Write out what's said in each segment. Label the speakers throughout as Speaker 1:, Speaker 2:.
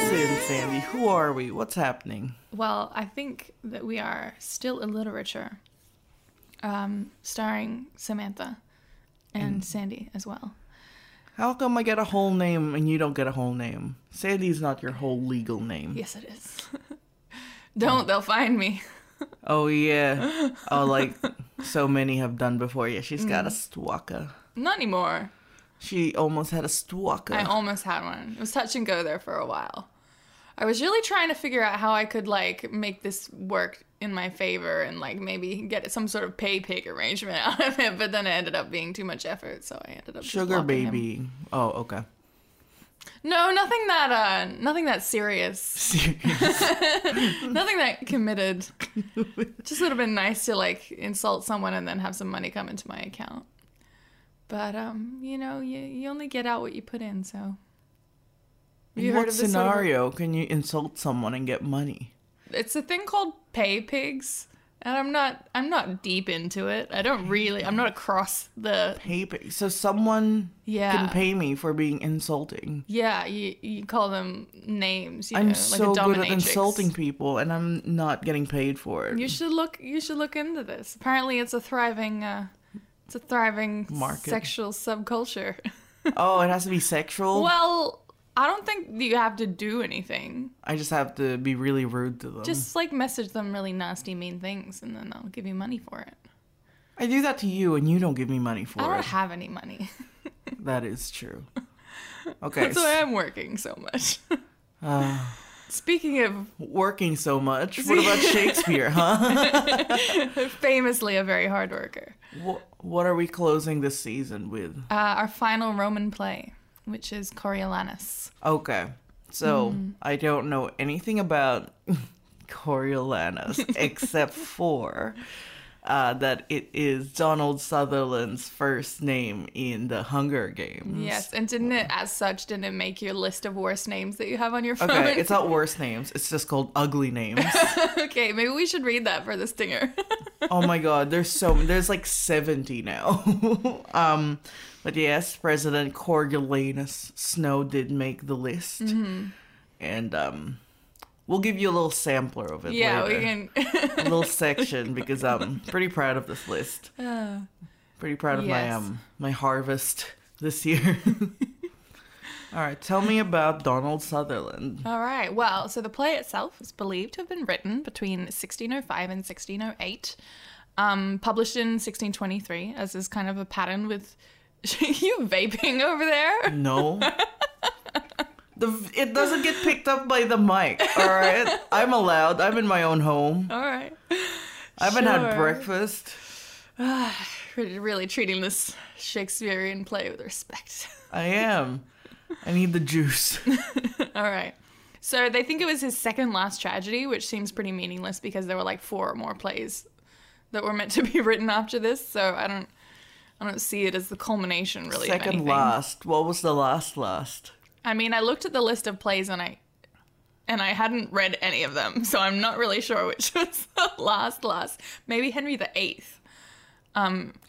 Speaker 1: Sandy? Who are we? What's happening?
Speaker 2: Well, I think that we are still in literature, um, starring Samantha and Sandy as well.
Speaker 1: How come I get a whole name and you don't get a whole name? Sandy's not your whole legal name.
Speaker 2: Yes, it is. Don't, they'll find me.
Speaker 1: Oh yeah. Oh, like so many have done before. Yeah, she's got a
Speaker 2: Mm.
Speaker 1: stwaka.
Speaker 2: Not anymore.
Speaker 1: She almost had a
Speaker 2: I
Speaker 1: stwaka.
Speaker 2: almost had one. It was touch and go there for a while. I was really trying to figure out how I could like make this work in my favor and like maybe get some sort of pay pig arrangement out of it, but then it ended up being too much effort, so I ended up just
Speaker 1: Sugar
Speaker 2: blocking him.
Speaker 1: baby. Oh, okay.
Speaker 2: No, nothing that uh nothing that serious. nothing that committed. just would have been nice to like insult someone and then have some money come into my account. But um, you know, you, you only get out what you put in, so
Speaker 1: In
Speaker 2: you
Speaker 1: what
Speaker 2: heard of this sort of-
Speaker 1: scenario can you insult someone and get money?
Speaker 2: it's a thing called pay pigs. And I'm not I'm not deep into it. I don't really I'm not across the
Speaker 1: Pay pay. So someone
Speaker 2: yeah.
Speaker 1: can pay me for being insulting.
Speaker 2: yeah, you, you call them names, you
Speaker 1: I'm
Speaker 2: know,
Speaker 1: so
Speaker 2: like a
Speaker 1: good at
Speaker 2: dominatrix.
Speaker 1: insulting people, and I'm not getting paid for it.
Speaker 2: You should look. You should look into this. Apparently, it's a thriving, uh, it's a thriving
Speaker 1: Market.
Speaker 2: sexual subculture.
Speaker 1: oh, it has to be sexual.
Speaker 2: well, I don't think you have to do anything.
Speaker 1: I just have to be really rude to them.
Speaker 2: Just like message them really nasty, mean things, and then they'll give you money for it.
Speaker 1: I do that to you, and you don't give me money for
Speaker 2: I
Speaker 1: it.
Speaker 2: don't have any money.
Speaker 1: that is true. Okay.
Speaker 2: That's why I'm working so much.
Speaker 1: uh,
Speaker 2: Speaking of
Speaker 1: working so much. What about Shakespeare, huh?
Speaker 2: famously a very hard worker,
Speaker 1: Wh- what are we closing this season with?
Speaker 2: uh, our final Roman play, which is Coriolanus.
Speaker 1: Okay. So
Speaker 2: Mm.
Speaker 1: I don't know anything about Coriolanus except for uh, that it is Donald Sutherland's first name in the Hunger Games.
Speaker 2: Yes, and didn't it, as such, didn't it make your list of worst names that you have on your phone?
Speaker 1: Okay, it's not worst names. It's just called ugly names.
Speaker 2: Okay, maybe we should read that for the stinger.
Speaker 1: oh my god, there's so there's like 70 now. um but yes, President Coriolanus Snow did make the list.
Speaker 2: Mm-hmm.
Speaker 1: And um we'll give you a little sampler of it
Speaker 2: yeah,
Speaker 1: later.
Speaker 2: we can.
Speaker 1: a little section because I'm pretty proud of this list. Pretty proud of my
Speaker 2: Uh, Yes.
Speaker 1: um my harvest this year. All right, tell me about Donald Sutherland.
Speaker 2: All right. Well, so the play itself is believed to have been written between 1605 and 1608, um, published in 1623, as is kind of a pattern with you vaping over there.
Speaker 1: No. The, it doesn't get picked up by the mic, all right? I'm allowed. I'm in my own home.
Speaker 2: All right.
Speaker 1: I haven't had
Speaker 2: Sure.
Speaker 1: breakfast.
Speaker 2: We're really treating this Shakespearean play with respect.
Speaker 1: I am. I need the juice.
Speaker 2: All right. So they think it was his second last tragedy, which seems pretty meaningless because there were like four more plays that were meant to be written after this. So I don't, I don't see it as the culmination really. of
Speaker 1: Second
Speaker 2: anything.
Speaker 1: last. What was the last last?
Speaker 2: I mean, I looked at the list of plays and I, and I hadn't read any of them, so I'm not really sure which was the last last. Maybe Henry the Eighth.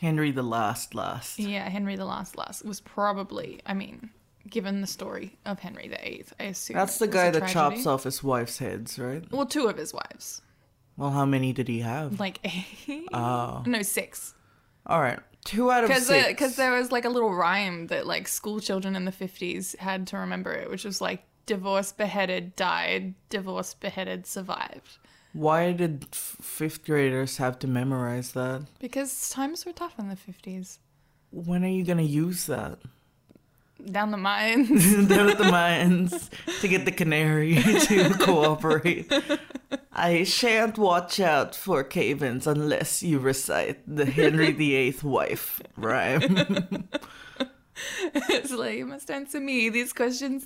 Speaker 1: Henry the last last.
Speaker 2: Yeah, Henry the Last Last was probably. I mean, given the story of Henry the Eighth, I assume
Speaker 1: That's the
Speaker 2: it was
Speaker 1: guy
Speaker 2: a
Speaker 1: that
Speaker 2: tragedy.
Speaker 1: chops off his wife's heads, right?
Speaker 2: Well, two of his wives,
Speaker 1: Well, how many did he have?
Speaker 2: like eight.
Speaker 1: Oh.
Speaker 2: No, six.
Speaker 1: All right. Two out of
Speaker 2: Because uh,
Speaker 1: six.
Speaker 2: there was like a little rhyme that like school children in the 50s had to remember it, which was like divorced, beheaded, died, divorced, beheaded, survived.
Speaker 1: Why did f- fifth graders have to memorize that?
Speaker 2: Because times were tough in the 50s.
Speaker 1: When are you going to use that?
Speaker 2: Down the mines.
Speaker 1: Down at the mines to get the canary to cooperate. I shan't watch out for cavens unless you recite the Henry VIII wife rhyme.
Speaker 2: it's like, you must answer me these questions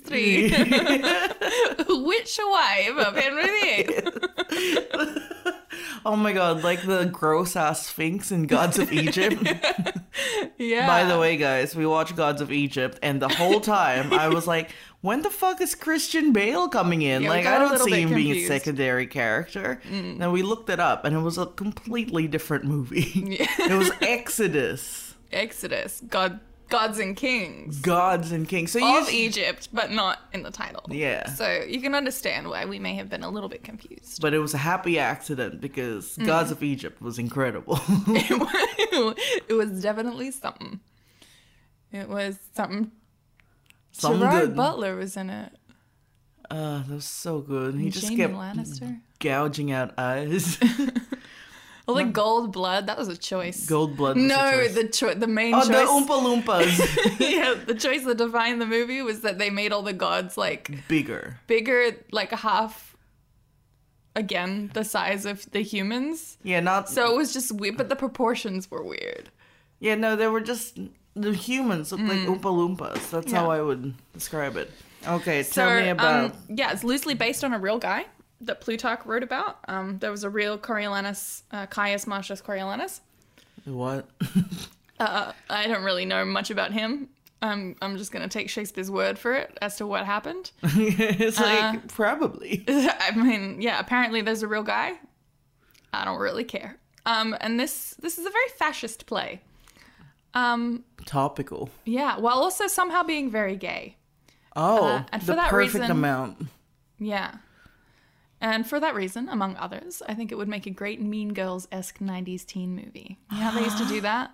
Speaker 2: three. Which wife of Henry VIII?
Speaker 1: oh my god, like the gross ass Sphinx in Gods of Egypt.
Speaker 2: Yeah.
Speaker 1: By the way, guys, we watched Gods of Egypt, and the whole time I was like, when the fuck is Christian Bale coming in?
Speaker 2: Yeah, we
Speaker 1: like,
Speaker 2: got
Speaker 1: I
Speaker 2: a
Speaker 1: don't
Speaker 2: little
Speaker 1: see
Speaker 2: bit
Speaker 1: him being a
Speaker 2: confused. Mm.
Speaker 1: secondary character. Then we looked it up, and it was a completely different movie. it was Exodus.
Speaker 2: Exodus. God gods and kings
Speaker 1: gods and kings. So you
Speaker 2: of Egypt, but not in the title.
Speaker 1: Yeah.
Speaker 2: So you can understand why we may have been a little bit confused.
Speaker 1: but it was a happy accident because
Speaker 2: Mm-hmm.
Speaker 1: Gods of Egypt was incredible.
Speaker 2: it was definitely something. It was something.
Speaker 1: Something
Speaker 2: Gerard
Speaker 1: good.
Speaker 2: Butler was in it.
Speaker 1: Uh, that was so good. He just
Speaker 2: Jamie
Speaker 1: kept Mm.
Speaker 2: Lannister.
Speaker 1: gouging out eyes.
Speaker 2: Well, the gold blood. That was a choice.
Speaker 1: Mm. Gold blood. Was a
Speaker 2: no,
Speaker 1: choice.
Speaker 2: the cho- the main
Speaker 1: oh,
Speaker 2: choice.
Speaker 1: the Oompa Loompas
Speaker 2: yeah, the choice that defined the movie was that they made all the gods like
Speaker 1: Mm. bigger.
Speaker 2: bigger, like half again the size of the humans.
Speaker 1: Yeah, not
Speaker 2: So it was just weird, but the proportions were weird.
Speaker 1: Yeah, no, they were just the humans looked like Oompa Loompas. That's how
Speaker 2: Mm.
Speaker 1: I
Speaker 2: Yeah.
Speaker 1: would describe it. Okay,
Speaker 2: So,
Speaker 1: tell me about.
Speaker 2: um, yeah, it's loosely based on a real guy that Plutarch wrote about. Um, there was a real Coriolanus, uh, Caius Marcius Coriolanus.
Speaker 1: What?
Speaker 2: Uh, I don't really know much about him. Um, I'm just going to take Shakespeare's word for it as to what happened.
Speaker 1: it's
Speaker 2: uh,
Speaker 1: like probably.
Speaker 2: I mean, yeah, apparently there's a real guy. I don't really care. Um, and this this is a very fascist play. Um,
Speaker 1: Topical.
Speaker 2: yeah, while also somehow being very gay.
Speaker 1: Oh,
Speaker 2: Uh, and for
Speaker 1: the
Speaker 2: that
Speaker 1: perfect
Speaker 2: reason-
Speaker 1: amount.
Speaker 2: Yeah. And for that reason, among others, I think it would make a great Mean Girls esque 90s teen movie. You know how they used to do that?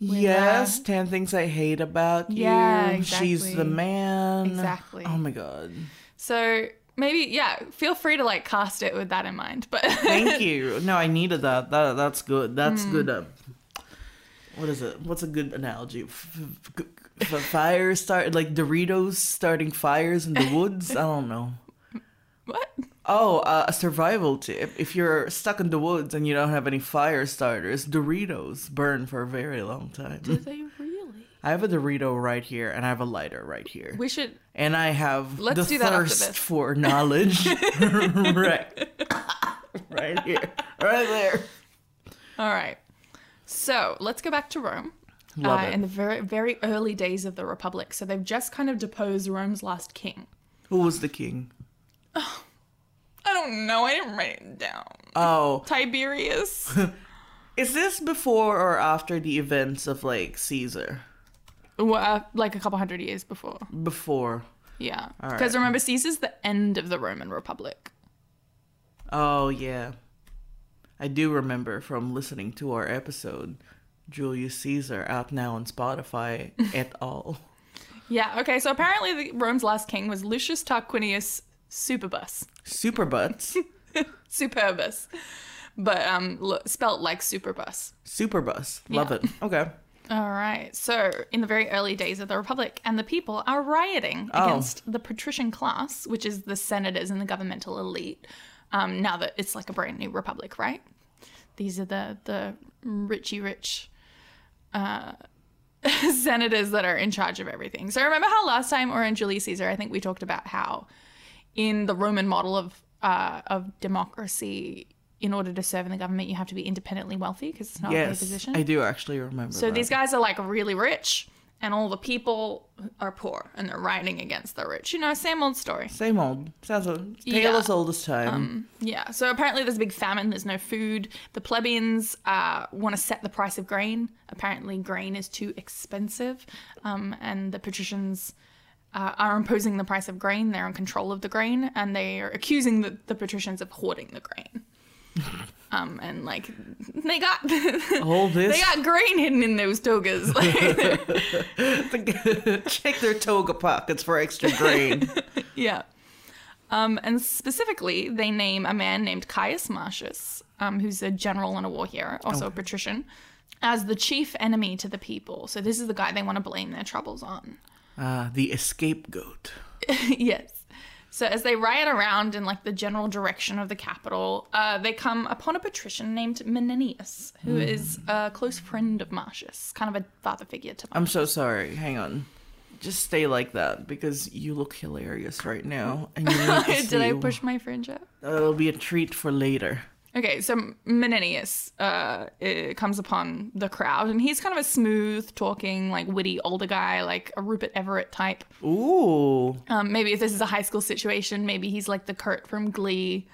Speaker 2: With, uh,
Speaker 1: yes, 10 things I hate about
Speaker 2: Yeah,
Speaker 1: you. She's the
Speaker 2: exactly.
Speaker 1: man.
Speaker 2: Exactly.
Speaker 1: Oh my god.
Speaker 2: So maybe, yeah, feel free to like cast it with that in mind. But
Speaker 1: Thank you. No, I needed that. That that's good. That's
Speaker 2: Hmm.
Speaker 1: good. Uh, what is it? What's a good analogy? F- f- g- f- fire start like Doritos starting fires in the woods. I don't know.
Speaker 2: what?
Speaker 1: Oh, uh, a survival tip. If you're stuck in the woods and you don't have any fire starters, Doritos burn for a very long time.
Speaker 2: they really?
Speaker 1: I have a Dorito right here and I have a lighter right here.
Speaker 2: We should.
Speaker 1: And I have
Speaker 2: Let's
Speaker 1: the
Speaker 2: do that after
Speaker 1: thirst
Speaker 2: this.
Speaker 1: for knowledge. right. right here. Right there.
Speaker 2: All right. So let's go back to Rome.
Speaker 1: Love
Speaker 2: uh,
Speaker 1: it.
Speaker 2: In the very, very early days of the Republic. So they've just kind of deposed Rome's last king.
Speaker 1: Who was the king?
Speaker 2: I don't know. I didn't write it down.
Speaker 1: Oh,
Speaker 2: Tiberius.
Speaker 1: is this before or after the events of like Caesar?
Speaker 2: Well, uh, like a couple hundred years before.
Speaker 1: Before.
Speaker 2: Yeah.
Speaker 1: right.
Speaker 2: Because remember, Caesar's the end of the Roman Republic.
Speaker 1: Oh, yeah. I do remember from listening to our episode, Julius Caesar out now on Spotify et al.
Speaker 2: Yeah. Okay. So apparently, the, Rome's last king was Lucius Tarquinius Superbus.
Speaker 1: Super butts.
Speaker 2: Superbus. But um, l- spelt like Superbus.
Speaker 1: Super bus. Love
Speaker 2: Yeah.
Speaker 1: it. Okay.
Speaker 2: All right. So, in the very early days of the Republic, and the people are rioting
Speaker 1: Oh.
Speaker 2: against the patrician class, which is the senators and the governmental elite. Um, now that it's like a brand new republic, right? These are the the richy rich uh, senators that are in charge of everything. So, remember how last time, or in Julius Caesar, I think we talked about how in the Roman model of uh, of democracy. In order to serve in the government, you have to be independently wealthy because it's not a paid
Speaker 1: Yes.
Speaker 2: position.
Speaker 1: I do actually remember.
Speaker 2: So
Speaker 1: that.
Speaker 2: these guys are like really rich, and all the people are poor, and they're rioting against the rich. You know, same old story.
Speaker 1: Same old. Sounds old. Tale
Speaker 2: Yeah.
Speaker 1: as old as time.
Speaker 2: Yeah. So apparently, there's a big famine. There's no food. The plebeians uh, want to set the price of grain. Apparently, grain is too expensive, um, and the patricians. Uh, are imposing the price of grain. They're in control of the grain, and they are accusing the, the patricians of hoarding the grain. Um, and like they got
Speaker 1: All
Speaker 2: Um, they
Speaker 1: Oh, this.
Speaker 2: got grain hidden in those togas. Like,
Speaker 1: Check their toga pockets for extra grain.
Speaker 2: Yeah. Um, and specifically, they name a man named Caius Marcius, um, who's a general and a war hero, also a patrician, as the chief enemy to the people. So this is the guy they want to blame their troubles on.
Speaker 1: Ah, the escape goat.
Speaker 2: yes. So as they riot around in like the general direction of the capital, uh, they come upon a patrician named Menenius,
Speaker 1: Hmm.
Speaker 2: who is a close friend of Marcius, kind of a father figure to them.
Speaker 1: I'm so sorry. Hang on. Just stay like that because you look hilarious right now, and you need to
Speaker 2: Did I
Speaker 1: see-
Speaker 2: push my fringe up?
Speaker 1: That'll be a treat for later.
Speaker 2: Okay, so Menenius uh, uh, comes upon the crowd, and he's kind of a smooth talking, like witty older guy, like a Rupert Everett type.
Speaker 1: Ooh.
Speaker 2: Um, maybe if this is a high school situation, maybe he's like the Kurt from Glee.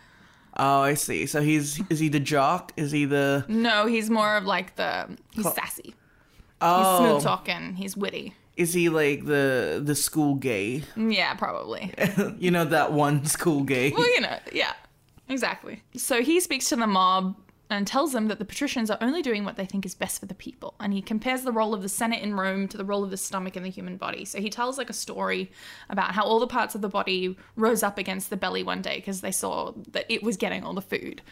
Speaker 1: Oh, I see. So he's is he the jock? Is he the
Speaker 2: No, he's more of like the he's sassy. He's
Speaker 1: Oh,
Speaker 2: smooth talking. He's witty. Mm,
Speaker 1: is he like the the school gay?
Speaker 2: Yeah, probably.
Speaker 1: you know that one school gay.
Speaker 2: well, you know, yeah, exactly. So he speaks to the mob and tells them that the patricians are only doing what they think is best for the people. And he compares the role of the Senate in Rome to the role of the stomach in the human body. So he tells like a story about how all the parts of the body rose up against the belly one day because they saw that it was getting all the food.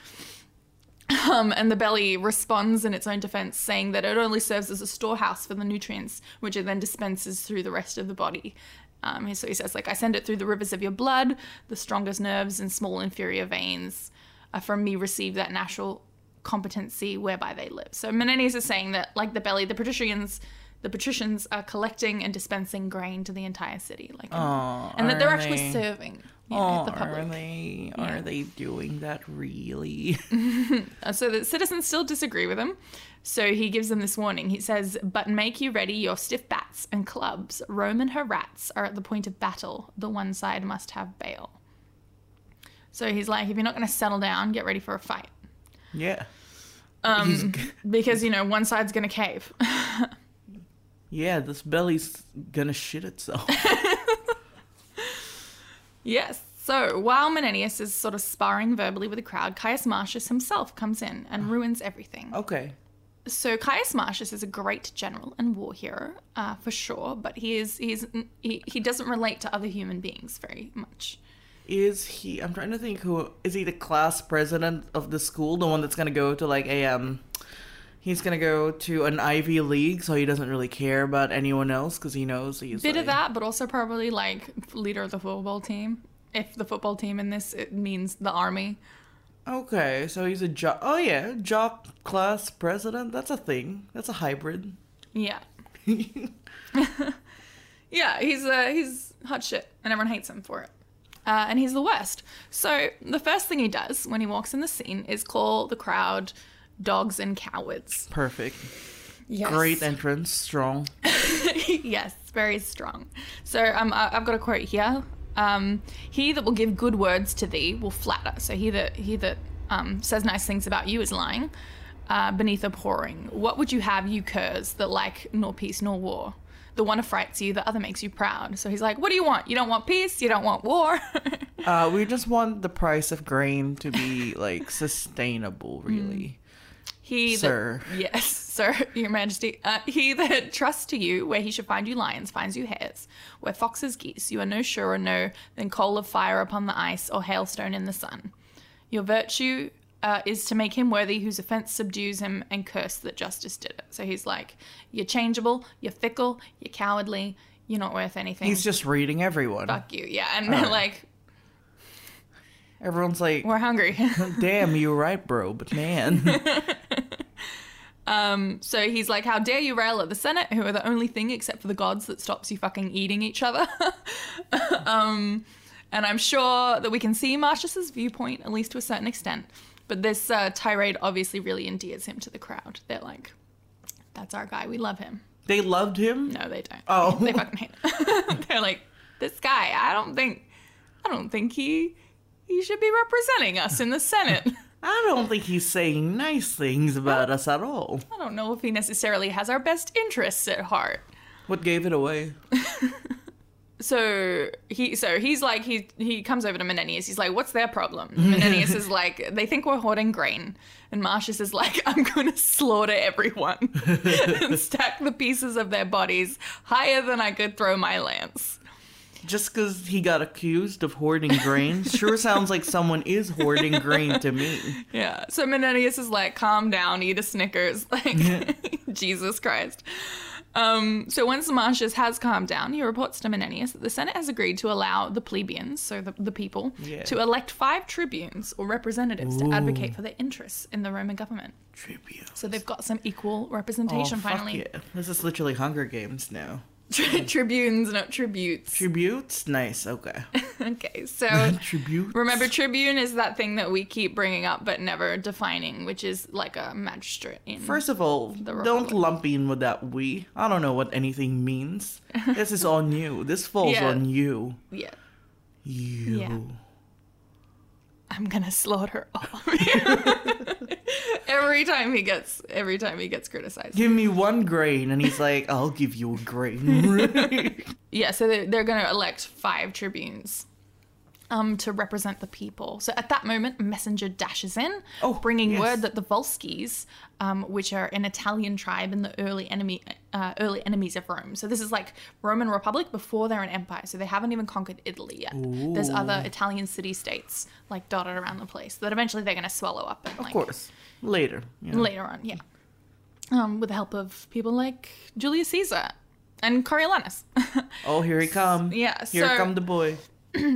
Speaker 2: Um, and the belly responds in its own defense, saying that it only serves as a storehouse for the nutrients, which it then dispenses through the rest of the body. Um, so he says, like, I send it through the rivers of your blood, the strongest nerves and small inferior veins uh, from me receive that natural competency whereby they live. So Menenius is saying that, like the belly, the patricians, the patricians are collecting and dispensing grain to the entire city, like,
Speaker 1: Oh,
Speaker 2: and,
Speaker 1: Aw,
Speaker 2: and that they're
Speaker 1: are
Speaker 2: actually
Speaker 1: they-
Speaker 2: serving you know,
Speaker 1: aw,
Speaker 2: the
Speaker 1: are
Speaker 2: public.
Speaker 1: they
Speaker 2: Yeah.
Speaker 1: are they doing that really?
Speaker 2: Uh, So the citizens still disagree with him. So he gives them this warning. He says, But make you ready your stiff bats and clubs. Rome and her rats are at the point of battle. The one side must have bail. So he's like, If you're not going to settle down, get ready for a fight.
Speaker 1: yeah.
Speaker 2: Um,
Speaker 1: He's-
Speaker 2: because, you know, one side's going to cave.
Speaker 1: yeah, this belly's gonna shit itself.
Speaker 2: Yes. So while Menenius is sort of sparring verbally with the crowd, Caius Marcius himself comes in and ruins everything.
Speaker 1: okay.
Speaker 2: So Caius Marcius is a great general and war hero, uh, for sure, but he is he's he, he doesn't relate to other human beings very much.
Speaker 1: Is he? I'm trying to think. Who is he? The class president of the school, the one that's gonna go to like a um, he's gonna go to an Ivy League, so he doesn't really care about anyone else because he knows he's
Speaker 2: Bit
Speaker 1: like,
Speaker 2: of that, but also probably like leader of the football team. If the football team in this it means the army.
Speaker 1: Okay, so he's a jock. Oh yeah, jock class president. That's a thing. That's a hybrid.
Speaker 2: Yeah. Yeah, he's uh, he's hot shit, and everyone hates him for it. Uh, and he's the worst. So the first thing he does when he walks in the scene is call the crowd dogs and cowards.
Speaker 1: Perfect.
Speaker 2: Yes.
Speaker 1: Great entrance. Strong.
Speaker 2: yes, very strong. So um, I- I've got a quote here. Um, he that will give good words to thee will flatter. So he that he that um, says nice things about you is lying. Uh, beneath abhorring, what would you have, you curs, that like nor peace nor war? The one affrights you, the other makes you proud. So he's like, what do you want? You don't want peace, you don't want war.
Speaker 1: Uh, we just want the price of grain to be like
Speaker 2: Hmm.
Speaker 1: sustainable, really.
Speaker 2: He that-
Speaker 1: Sir.
Speaker 2: yes, sir, your majesty. Uh, he that trusts to you, where he should find you lions, finds you hares. Where foxes, geese, you are no surer, no, than coal of fire upon the ice or hailstone in the sun. Your virtue uh, is to make him worthy whose offence subdues him and curse that justice did it. So he's like, you're changeable, you're fickle, you're cowardly, you're not worth anything.
Speaker 1: He's just reading everyone.
Speaker 2: Fuck you, yeah. And they're like,
Speaker 1: Everyone's like,
Speaker 2: we're hungry.
Speaker 1: "Damn, you're right, bro." But man,
Speaker 2: So he's like, How dare you rail at the Senate, who are the only thing except for the gods that stops you fucking eating each other? um, and I'm sure that we can see Marcius's viewpoint, at least to a certain extent. But this uh, tirade obviously really endears him to the crowd. They're like, That's our guy. We love him.
Speaker 1: they loved him.
Speaker 2: No, they don't.
Speaker 1: Oh.
Speaker 2: They fucking hate him. They're like, This guy, I don't think, I don't think he. He should be representing us in the Senate.
Speaker 1: I don't think he's saying nice things about us at all.
Speaker 2: I don't know if he necessarily has our best interests at heart.
Speaker 1: What gave it away?
Speaker 2: so he so he's like he he comes over to Menenius. He's like, "What's their problem?" Menenius is like, "They think we're hoarding grain," and Marcius is like, "I'm going to slaughter everyone and stack the pieces of their bodies higher than I could throw my lance."
Speaker 1: Just because he got accused of hoarding grain sure sounds like someone is hoarding grain to me.
Speaker 2: Yeah. So Menenius is like, "Calm down, eat a Snickers." Like, Jesus Christ. Um, so once Marcius has calmed down, he reports to Menenius that the Senate has agreed to allow the plebeians, so the, the people,
Speaker 1: Yeah.
Speaker 2: to elect five tribunes or representatives to advocate for their interests in the Roman government.
Speaker 1: Tribute.
Speaker 2: So they've got some equal
Speaker 1: Oh,
Speaker 2: representation
Speaker 1: fuck
Speaker 2: finally.
Speaker 1: yeah. This is literally Hunger Games now.
Speaker 2: Tri- tribunes, not tributes.
Speaker 1: Tributes? Nice, okay.
Speaker 2: okay, so
Speaker 1: Tribute?
Speaker 2: remember, tribune is that thing that we keep bringing up but never defining, which is like a magistrate in
Speaker 1: First of all, don't
Speaker 2: Republic.
Speaker 1: lump in with that we. I don't know what anything means. this is on you. This falls
Speaker 2: Yeah.
Speaker 1: on you.
Speaker 2: yeah.
Speaker 1: You.
Speaker 2: Yeah. I'm gonna slaughter all of you. every time he gets, every time he gets criticized.
Speaker 1: Give me one grain, and he's like, I'll give you a grain.
Speaker 2: Yeah, so they're, they're going to elect five tribunes um, to represent the people. So at that moment, a messenger dashes in,
Speaker 1: Oh,
Speaker 2: bringing
Speaker 1: yes.
Speaker 2: word that the Volskis, um, which are an Italian tribe and the early enemy, uh, early enemies of Rome. So this is like Roman Republic before they're an empire. So they haven't even conquered Italy yet. There's other Italian city-states like dotted around the place that eventually they're going to swallow up. And,
Speaker 1: of
Speaker 2: like,
Speaker 1: course. Later. yeah.
Speaker 2: later on, yeah. Um, with the help of people like Julius Caesar and Coriolanus.
Speaker 1: Oh, here he come.
Speaker 2: Yeah,
Speaker 1: Here
Speaker 2: so-
Speaker 1: come the boy.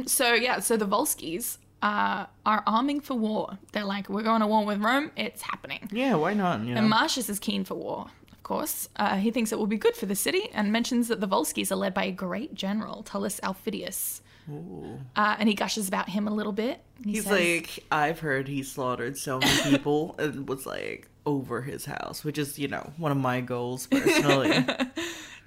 Speaker 2: So yeah, so the Volskis uh, are arming for war. They're like, we're going to war with Rome. It's happening.
Speaker 1: Yeah, why not? You know.
Speaker 2: And Marcius is keen for war, of course. Uh, he thinks it will be good for the city and mentions that the Volskis are led by a great general, Tullus Alphidius. Uh, and he gushes about him a little bit. He
Speaker 1: He's
Speaker 2: says-
Speaker 1: like, I've heard he slaughtered so many people and was like over his house, which is, you know, one of my goals personally.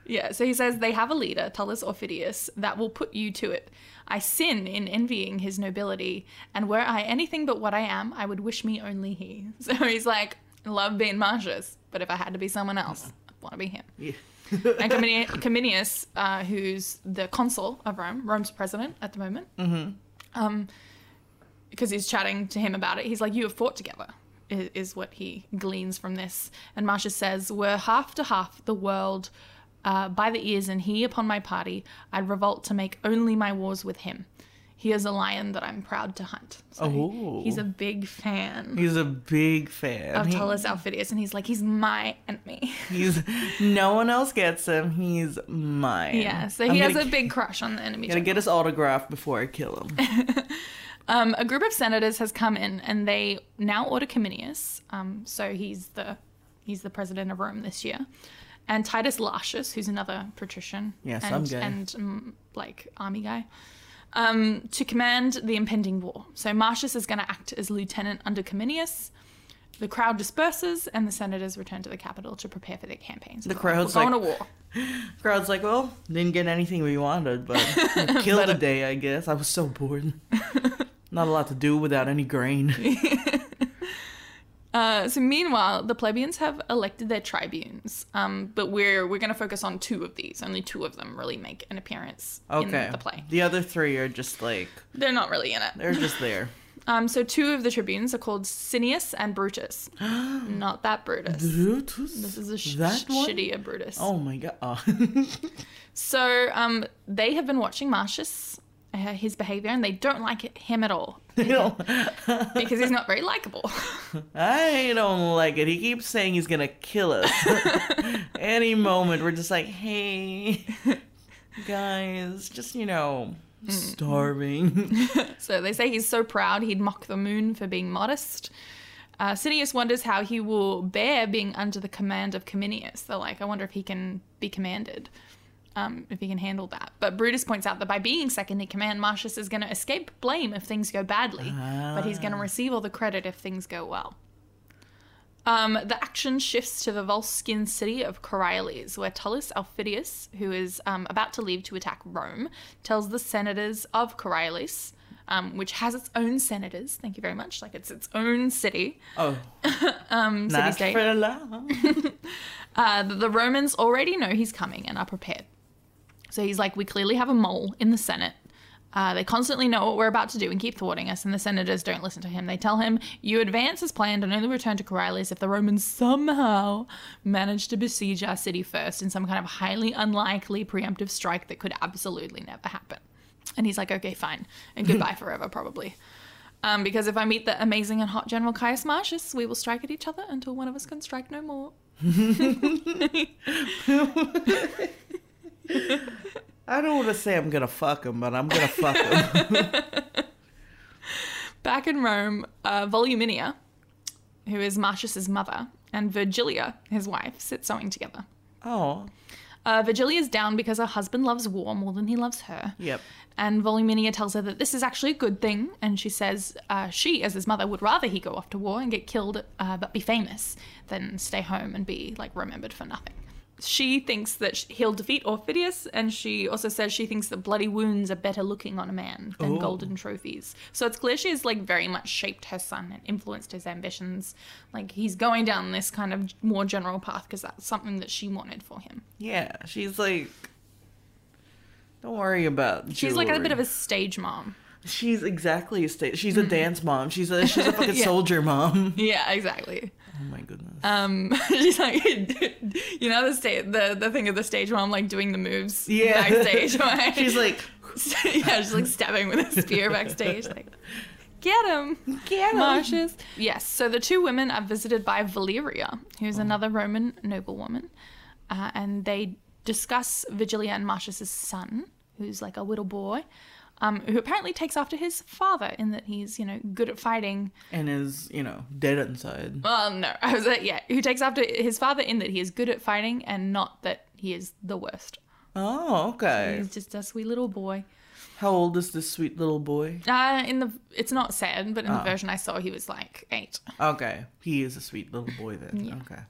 Speaker 2: Yeah, so he says they have a leader, Tullus Orphidius, that will put you to it. I sin in envying his nobility, and were I anything but what I am, I would wish me only he. So he's like, love being Marcius, but if I had to be someone else, I want to be him.
Speaker 1: yeah.
Speaker 2: And Comini- Cominius, uh, who's the consul of Rome, Rome's president at the moment, mm-hmm. um, because he's chatting to him about it, he's like, "You have fought together," is, is what he gleans from this. And Marcia says, "We're half to half the world uh, by the ears, and he upon my party. I'd revolt to make only my wars with him. He is a lion that I'm proud to hunt." So he-
Speaker 1: Oh.
Speaker 2: he's a big fan.
Speaker 1: He's a big fan.
Speaker 2: of
Speaker 1: He-
Speaker 2: Tullus Aufidius, and he's like, he's my enemy.
Speaker 1: he's no one else gets him. He's mine.
Speaker 2: Yeah, so he
Speaker 1: I'm
Speaker 2: has
Speaker 1: gonna,
Speaker 2: a big crush on the enemy.
Speaker 1: Gonna
Speaker 2: general.
Speaker 1: get his autograph before I kill him.
Speaker 2: Um, a group of senators has come in, and they now order Cominius. Um, so he's the he's the president of Rome this year, and Titus Lartius, who's another patrician.
Speaker 1: Yes,
Speaker 2: and,
Speaker 1: I'm gay.
Speaker 2: And um, like army guy. Um, to command the impending war. So Marcius is going to act as lieutenant under Cominius. The crowd disperses, and the senators return to the capital to prepare for their campaigns.
Speaker 1: The crowd's
Speaker 2: We're going
Speaker 1: like-
Speaker 2: to war.
Speaker 1: Crowd's like, well, didn't get anything we wanted, but killed
Speaker 2: uh,
Speaker 1: a day, I guess. I was so bored. Not a lot to do without any grain.
Speaker 2: Uh, so meanwhile, the plebeians have elected their tribunes, um, but we're we're going to focus on two of these. Only two of them really make an appearance
Speaker 1: Okay.
Speaker 2: in the play.
Speaker 1: The other three are just like
Speaker 2: They're not really in it.
Speaker 1: they're just there.
Speaker 2: Um, so two of the tribunes are called Cineas and Brutus. not that Brutus. This
Speaker 1: Brutus.
Speaker 2: is a sh-
Speaker 1: That
Speaker 2: sh-
Speaker 1: one?
Speaker 2: shittier Brutus.
Speaker 1: Oh my god. Oh.
Speaker 2: So um, they have been watching Marcius, uh, his behavior, and they don't like it, him at all
Speaker 1: You know,
Speaker 2: because he's not very likable.
Speaker 1: I don't like it. He keeps saying he's gonna kill us. Any moment, we're just like, hey, guys, just you know,
Speaker 2: Mm-hmm.
Speaker 1: starving.
Speaker 2: So they say he's so proud he'd mock the moon for being modest. Uh, Cineas wonders how he will bear being under the command of Cominius. They're like, I wonder if he can be commanded, um, if he can handle that. But Brutus points out that by being second in command, Marcius is going to escape blame if things go badly, but he's going to receive all the credit if things go well. Um, the action shifts to the Volscian city of Coriolis, where Tullus Aufidius, who is um, about to leave to attack Rome, tells the senators of Coriolis, um, which has its own senators, thank you very much, like it's its own city,
Speaker 1: Oh,
Speaker 2: um, city
Speaker 1: not
Speaker 2: state,
Speaker 1: for long.
Speaker 2: uh, that the Romans already know he's coming and are prepared. So he's like, we clearly have a mole in the Senate. Uh, they constantly know what we're about to do and keep thwarting us, and the senators don't listen to him. They tell him, You advance as planned and only return to Coriolis if the Romans somehow manage to besiege our city first in some kind of highly unlikely preemptive strike that could absolutely never happen. And he's like, Okay, fine. And goodbye forever, probably. Um, because if I meet the amazing and hot General Caius Marcius, we will strike at each other until one of us can strike no more.
Speaker 1: I don't want to say I'm gonna fuck him, but I'm gonna fuck him.
Speaker 2: Back in Rome, uh, Voluminia, who is Marcius's mother, and Virgilia, his wife, sit sewing together.
Speaker 1: Oh,
Speaker 2: Uh, Virgilia's down because her husband loves war more than he loves her.
Speaker 1: yep.
Speaker 2: And Voluminia tells her that this is actually a good thing, and she says uh, she, as his mother, would rather he go off to war and get killed uh, but be famous than stay home and be like remembered for nothing. she thinks that sh- he'll defeat Orpheus, and she also says she thinks that bloody wounds are better looking on a man than
Speaker 1: Ooh.
Speaker 2: golden trophies. So it's clear she's like very much shaped her son and influenced his ambitions. Like he's going down this kind of more general path because that's something that she wanted for him.
Speaker 1: Yeah, she's like, don't worry about.
Speaker 2: She's like a bit of
Speaker 1: jewelry."
Speaker 2: a stage mom.
Speaker 1: She's exactly a state. She's a dance mom. She's a she's a fucking
Speaker 2: Yeah.
Speaker 1: soldier mom.
Speaker 2: Yeah, exactly.
Speaker 1: Oh my goodness.
Speaker 2: Um, she's like, you know, the state, the the thing of the stage mom like doing the moves
Speaker 1: Yeah.
Speaker 2: backstage. right?
Speaker 1: she's like,
Speaker 2: yeah, she's like stabbing with a spear backstage. Like, get him,
Speaker 1: get him.
Speaker 2: Marcius. Yes. So the two women are visited by Valeria,
Speaker 1: Oh.
Speaker 2: who's another Roman noblewoman, uh, and they discuss Vigilia and Marcius's son, who's like a little boy. Um, who apparently takes after his father in that he's, you know, good at fighting,
Speaker 1: and is you know dead inside.
Speaker 2: well, no, I was like, yeah, who takes after his father in that he is good at fighting and not that he is the worst.
Speaker 1: Oh, okay.
Speaker 2: He's just a sweet little boy.
Speaker 1: How old is this sweet little boy?
Speaker 2: Uh, in the it's not said, but in the version I saw, he was like eight.
Speaker 1: Okay, he is a sweet little boy then. Okay.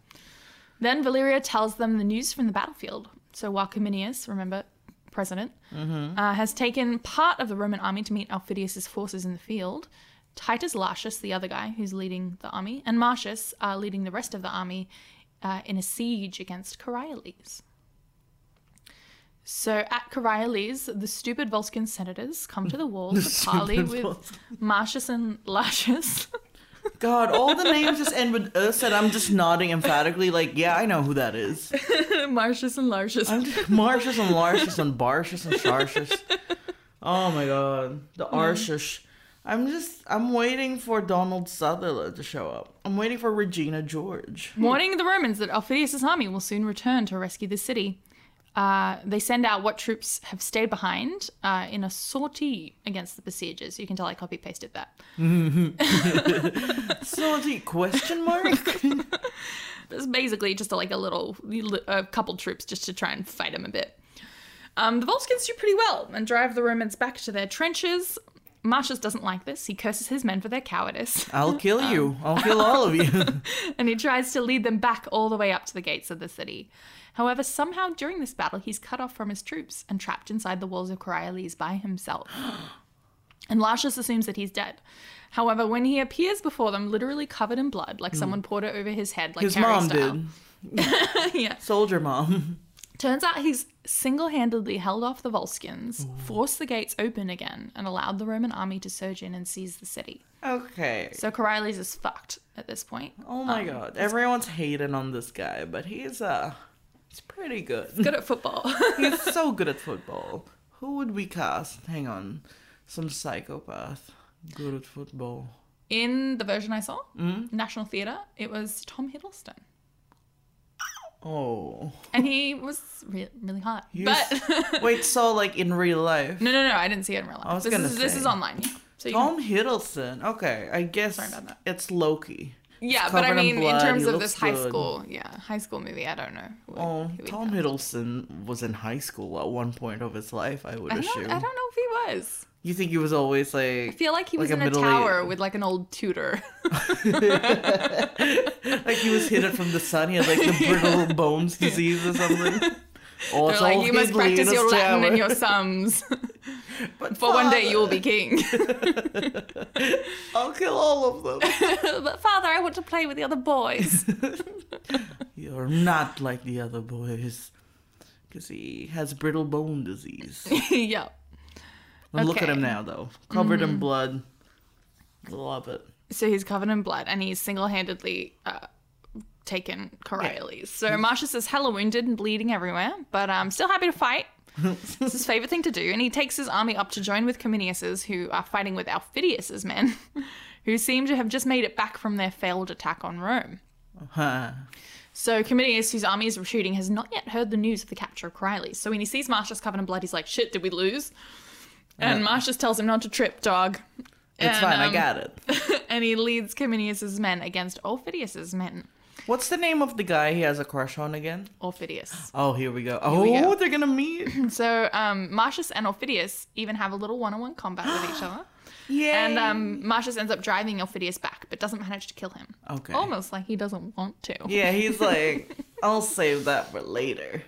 Speaker 2: Then Valeria tells them the news from the battlefield. So while Cominius, remember, president,
Speaker 1: Mm-hmm.
Speaker 2: uh, has taken part of the Roman army to meet Alphidius' forces in the field, Titus Lartius, the other guy who's leading the army, and Marcius are leading the rest of the army uh, in a siege against Coriolis. So at Coriolis, the stupid Volscian senators come to the wall to parley
Speaker 1: stupid
Speaker 2: with
Speaker 1: Volscian.
Speaker 2: Marcius and Lartius.
Speaker 1: God, all the names just end with us, and I'm just nodding emphatically, like, yeah, I know who that is.
Speaker 2: Marcius and Lartius.
Speaker 1: I'm just Marcius and Larcius and Barcius and Sharcius. Oh my god. The Arcius. I'm just I'm waiting for Donald Sutherland to show up. I'm waiting for Regina George.
Speaker 2: Warning the Romans that Aufidius' army will soon return to rescue the city. Uh, they send out what troops have stayed behind uh, in a sortie against the besiegers. You can tell I copy pasted that.
Speaker 1: Salty question mark?
Speaker 2: It's basically just like a little, a couple troops just to try and fight them a bit. Um, the Volscians do pretty well and drive the Romans back to their trenches. Marcius doesn't like this. He curses his men for their cowardice.
Speaker 1: I'll kill you. I'll kill all of you.
Speaker 2: and he tries to lead them back all the way up to the gates of the city. However, somehow during this battle, he's cut off from his troops and trapped inside the walls of Coriolis by himself. And Lartius assumes that he's dead. However, when he appears before them, literally covered in blood, like someone poured it over his head, like
Speaker 1: Hmm. His
Speaker 2: Harry
Speaker 1: mom
Speaker 2: style.
Speaker 1: did.
Speaker 2: yeah.
Speaker 1: Soldier mom.
Speaker 2: Turns out he's single handedly held off the Volscians, forced the gates open again, and allowed the Roman army to surge in and seize the city.
Speaker 1: Okay.
Speaker 2: So Coriolis is fucked at this point.
Speaker 1: Oh my god. Everyone's hating on this guy, but he's uh he's pretty good.
Speaker 2: Good at football.
Speaker 1: He's so good at football. Who would we cast? Hang on. Some psychopath. Good at football.
Speaker 2: In the version I saw,
Speaker 1: Mm.
Speaker 2: National Theatre, it was Tom Hiddleston.
Speaker 1: Oh.
Speaker 2: And he was re- really hot.
Speaker 1: You
Speaker 2: But
Speaker 1: Wait, so like in real life?
Speaker 2: no, no, no, I didn't see it in real life.
Speaker 1: was
Speaker 2: this,
Speaker 1: gonna
Speaker 2: is, this
Speaker 1: say.
Speaker 2: is online. yeah. So you can-
Speaker 1: Tom Hiddleston. Okay, I guess
Speaker 2: Sorry about that.
Speaker 1: it's Loki.
Speaker 2: yeah, but I
Speaker 1: covered in
Speaker 2: mean, in,
Speaker 1: blood,
Speaker 2: terms
Speaker 1: he
Speaker 2: of this
Speaker 1: looks
Speaker 2: high
Speaker 1: good.
Speaker 2: school, yeah, high school movie, I don't know. who would-
Speaker 1: Oh,
Speaker 2: who would
Speaker 1: Tom
Speaker 2: count.
Speaker 1: Hiddleston was in high school at one point of his life, I would
Speaker 2: I
Speaker 1: assume.
Speaker 2: don't, I don't know if he was.
Speaker 1: You think he was always like
Speaker 2: I feel like he was
Speaker 1: Like a
Speaker 2: in a
Speaker 1: middle-
Speaker 2: tower with like an old tutor.
Speaker 1: like he was hidden from the sun, he had like the brittle bones disease or something. Oh,
Speaker 2: They're
Speaker 1: it's
Speaker 2: like,
Speaker 1: all
Speaker 2: you must
Speaker 1: Hiddleston's
Speaker 2: practice your Latin
Speaker 1: tower."
Speaker 2: and your sums,
Speaker 1: But
Speaker 2: for one day
Speaker 1: father,
Speaker 2: you will be king.
Speaker 1: I'll kill all of them.
Speaker 2: but father, I want to play with the other boys.
Speaker 1: You're not like the other boys. Because he has brittle bone disease.
Speaker 2: yeah.
Speaker 1: And Look at
Speaker 2: Okay. Mm-hmm.
Speaker 1: him now, though. Covered in blood. Love it.
Speaker 2: So he's covered in blood and he's single handedly uh, taken Coriolis. So Marcius is hella wounded and bleeding everywhere, but um, still happy to fight. it's his favorite thing to do. And he takes his army up to join with Cominius's, who are fighting with Aufidius's men, who seem to have just made it back from their failed attack on Rome.
Speaker 1: Huh.
Speaker 2: So Cominius, whose army is retreating, has not yet heard the news of the capture of Coriolis. So when he sees Marcius covered in blood, he's like, shit, did we lose? And Marcius tells him not to trip, dog.
Speaker 1: It's
Speaker 2: And,
Speaker 1: fine, I
Speaker 2: um,
Speaker 1: got it.
Speaker 2: and he leads Cominius's men against Orpheus's men.
Speaker 1: What's the name of the guy he has a crush on again?
Speaker 2: Orpheus.
Speaker 1: Oh, here we go.
Speaker 2: we
Speaker 1: oh,
Speaker 2: go.
Speaker 1: they're gonna meet.
Speaker 2: So um, Marcius and Orpheus even have a little one-on-one combat with each other,
Speaker 1: Yeah.
Speaker 2: and um, Marcius ends up driving Orpheus back, but doesn't manage to kill him.
Speaker 1: Okay.
Speaker 2: Almost like he doesn't want to.
Speaker 1: Yeah, he's like, I'll save that for later.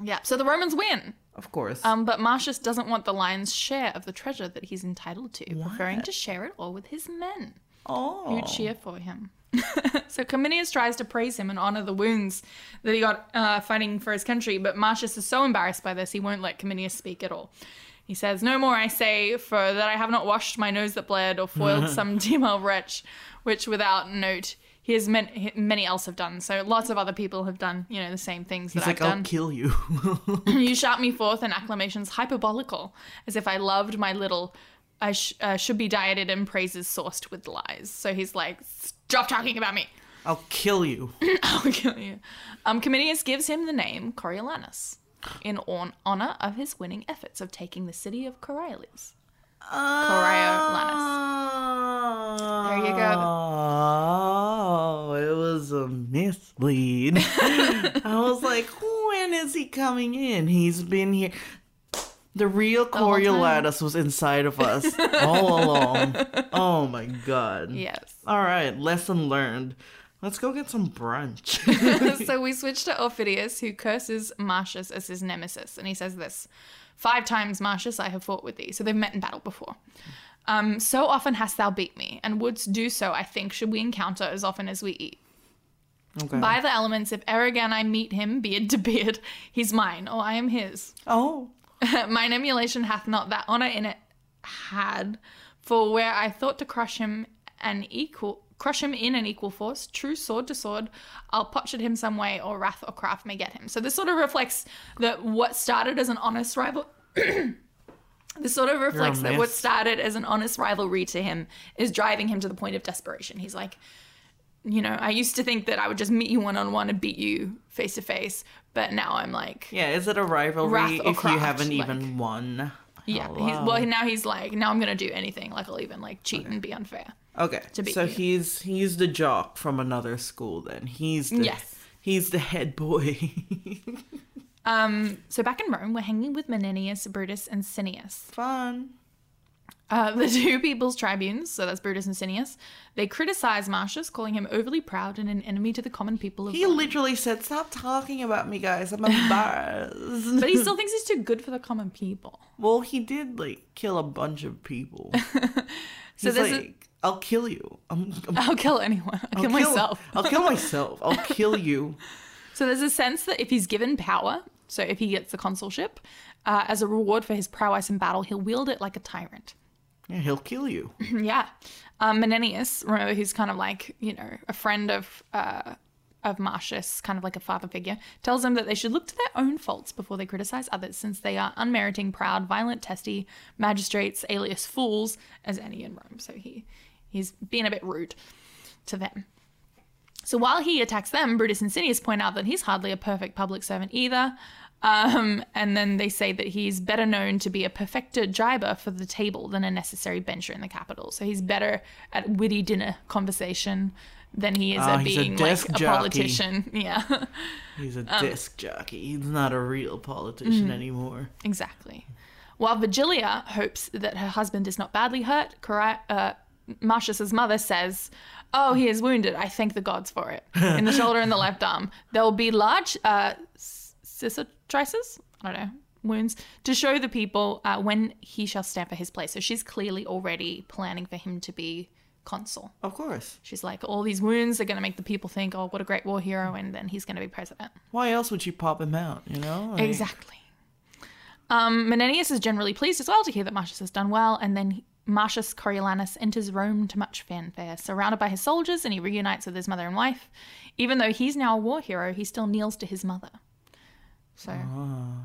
Speaker 2: Yeah. So the Romans win.
Speaker 1: Of course.
Speaker 2: Um, but Marcius doesn't want the lion's share of the treasure that he's entitled to, preferring
Speaker 1: What?
Speaker 2: to share it all with his men
Speaker 1: oh.
Speaker 2: who cheer for him. so Cominius tries to praise him and honor the wounds that he got uh, fighting for his country, but Marcius is so embarrassed by this he won't let Cominius speak at all. He says, "No more I say, for that I have not washed my nose that bled, or foiled some female wretch, which without note he has men- many else have done. So lots of other people have done, you know, the same things
Speaker 1: He's
Speaker 2: that
Speaker 1: like, "Oh,
Speaker 2: I've
Speaker 1: I'll
Speaker 2: done.
Speaker 1: kill you.
Speaker 2: You shout me forth in acclamations hyperbolical, as if I loved my little. I sh- uh, should be dieted in praises sourced with lies. So he's like, stop talking about me.
Speaker 1: I'll kill you.
Speaker 2: I'll kill you. Um, Cominius gives him the name Coriolanus in on- honor of his winning efforts of taking the city of Coriolis.
Speaker 1: Coriolanus.
Speaker 2: There you go.
Speaker 1: Oh, it was a mislead. I was like, when is he coming in? He's been here. The real
Speaker 2: whole time.
Speaker 1: Coriolanus was inside of us all along. Oh my god.
Speaker 2: Yes.
Speaker 1: All right, lesson learned. Let's go get some brunch.
Speaker 2: so we switch to Orphidius, who curses Marcius as his nemesis, and he says this Five times, Marcius, I have fought with thee. So they've met in battle before. Um, so often hast thou beat me, and wouldst do so, I think, should we encounter as often as we eat.
Speaker 1: okay.
Speaker 2: By the elements, if e'er again I meet him, beard to beard, he's mine, or I am his.
Speaker 1: Oh,
Speaker 2: Mine emulation hath not that honor in it had, for where I thought to crush him an equal crush him in an equal force, true sword to sword, I'll potch at him some way, or wrath or craft may get him. So this sort of reflects that what started as an honest rival this sort of reflects that what
Speaker 1: mess.
Speaker 2: started as an honest rivalry to him is driving him to the point of desperation. He's like, you know, I used to think that I would just meet you one on one and beat you face to face, but now I'm like
Speaker 1: yeah. Is it a
Speaker 2: Wrath
Speaker 1: rivalry
Speaker 2: or
Speaker 1: if you
Speaker 2: craft,
Speaker 1: haven't
Speaker 2: like-
Speaker 1: even won? Oh,
Speaker 2: Yeah.
Speaker 1: Hello.
Speaker 2: He's, well, now he's like, now I'm gonna do anything. Like I'll even like cheat and be unfair.
Speaker 1: Okay.
Speaker 2: beat
Speaker 1: so
Speaker 2: you.
Speaker 1: he's he's the jock from another school then. He's the
Speaker 2: Yes.
Speaker 1: he's the head boy.
Speaker 2: Um. So back in Rome, we're hanging with Menenius, Brutus, and Cineas.
Speaker 1: Fun.
Speaker 2: Uh, the two people's tribunes. So that's Brutus and Cineas. They criticize Marcius, calling him overly proud and an enemy to the common people of.
Speaker 1: He
Speaker 2: Rome.
Speaker 1: literally said, Stop talking about me guys, I'm embarrassed.
Speaker 2: but he still thinks he's too good for the common people.
Speaker 1: well he did like kill a bunch of people.
Speaker 2: So
Speaker 1: he's
Speaker 2: this
Speaker 1: like,
Speaker 2: is-
Speaker 1: I'll kill you. I'm, I'm
Speaker 2: I'll kill anyone. I'll, kill, myself.
Speaker 1: I'll kill myself. I'll kill you.
Speaker 2: So there's a sense that if he's given power, so if he gets the consulship, uh, as a reward for his prowess in battle, he'll wield it like a tyrant.
Speaker 1: Yeah, he'll kill you.
Speaker 2: Yeah. Um, Menenius, remember, who's kind of like, you know, a friend of uh, of Marcius, kind of like a father figure, tells them that they should look to their own faults before they criticize others, since they are unmeriting, proud, violent, testy magistrates, alias fools, as any in Rome. So he he's being a bit rude to them. So while he attacks them, Brutus and Cineas point out that he's hardly a perfect public servant either. Um, and then they say that he's better known to be a perfecter jiber for the table than a necessary bencher in the capital. So he's better at witty dinner conversation than he is
Speaker 1: Ah,
Speaker 2: at
Speaker 1: he's a
Speaker 2: being
Speaker 1: desk
Speaker 2: like
Speaker 1: jockey.
Speaker 2: a politician. Yeah,
Speaker 1: He's a
Speaker 2: Um.
Speaker 1: disc jockey. He's not a real politician
Speaker 2: Mm.
Speaker 1: anymore.
Speaker 2: exactly. While Virgilia hopes that her husband is not badly hurt, Cori- uh, Marcius's mother says, "Oh, he is wounded. I thank the gods for it. In the shoulder and the left arm, there will be large uh, cicatrices. I don't know." Wounds to show the people uh, when he shall stand for his place. So she's clearly already planning for him to be consul.
Speaker 1: Of course.
Speaker 2: She's like, all these wounds are going to make the people think, oh, what a great war hero, and then he's going to be president.
Speaker 1: Why else would you pop him out, you know? Like,
Speaker 2: Exactly. Um, Menenius is generally pleased as well to hear that Marcius has done well, and then he- Marcius Coriolanus enters Rome to much fanfare, surrounded by his soldiers, and he reunites with his mother and wife. Even though he's now a war hero, he still kneels to his mother. So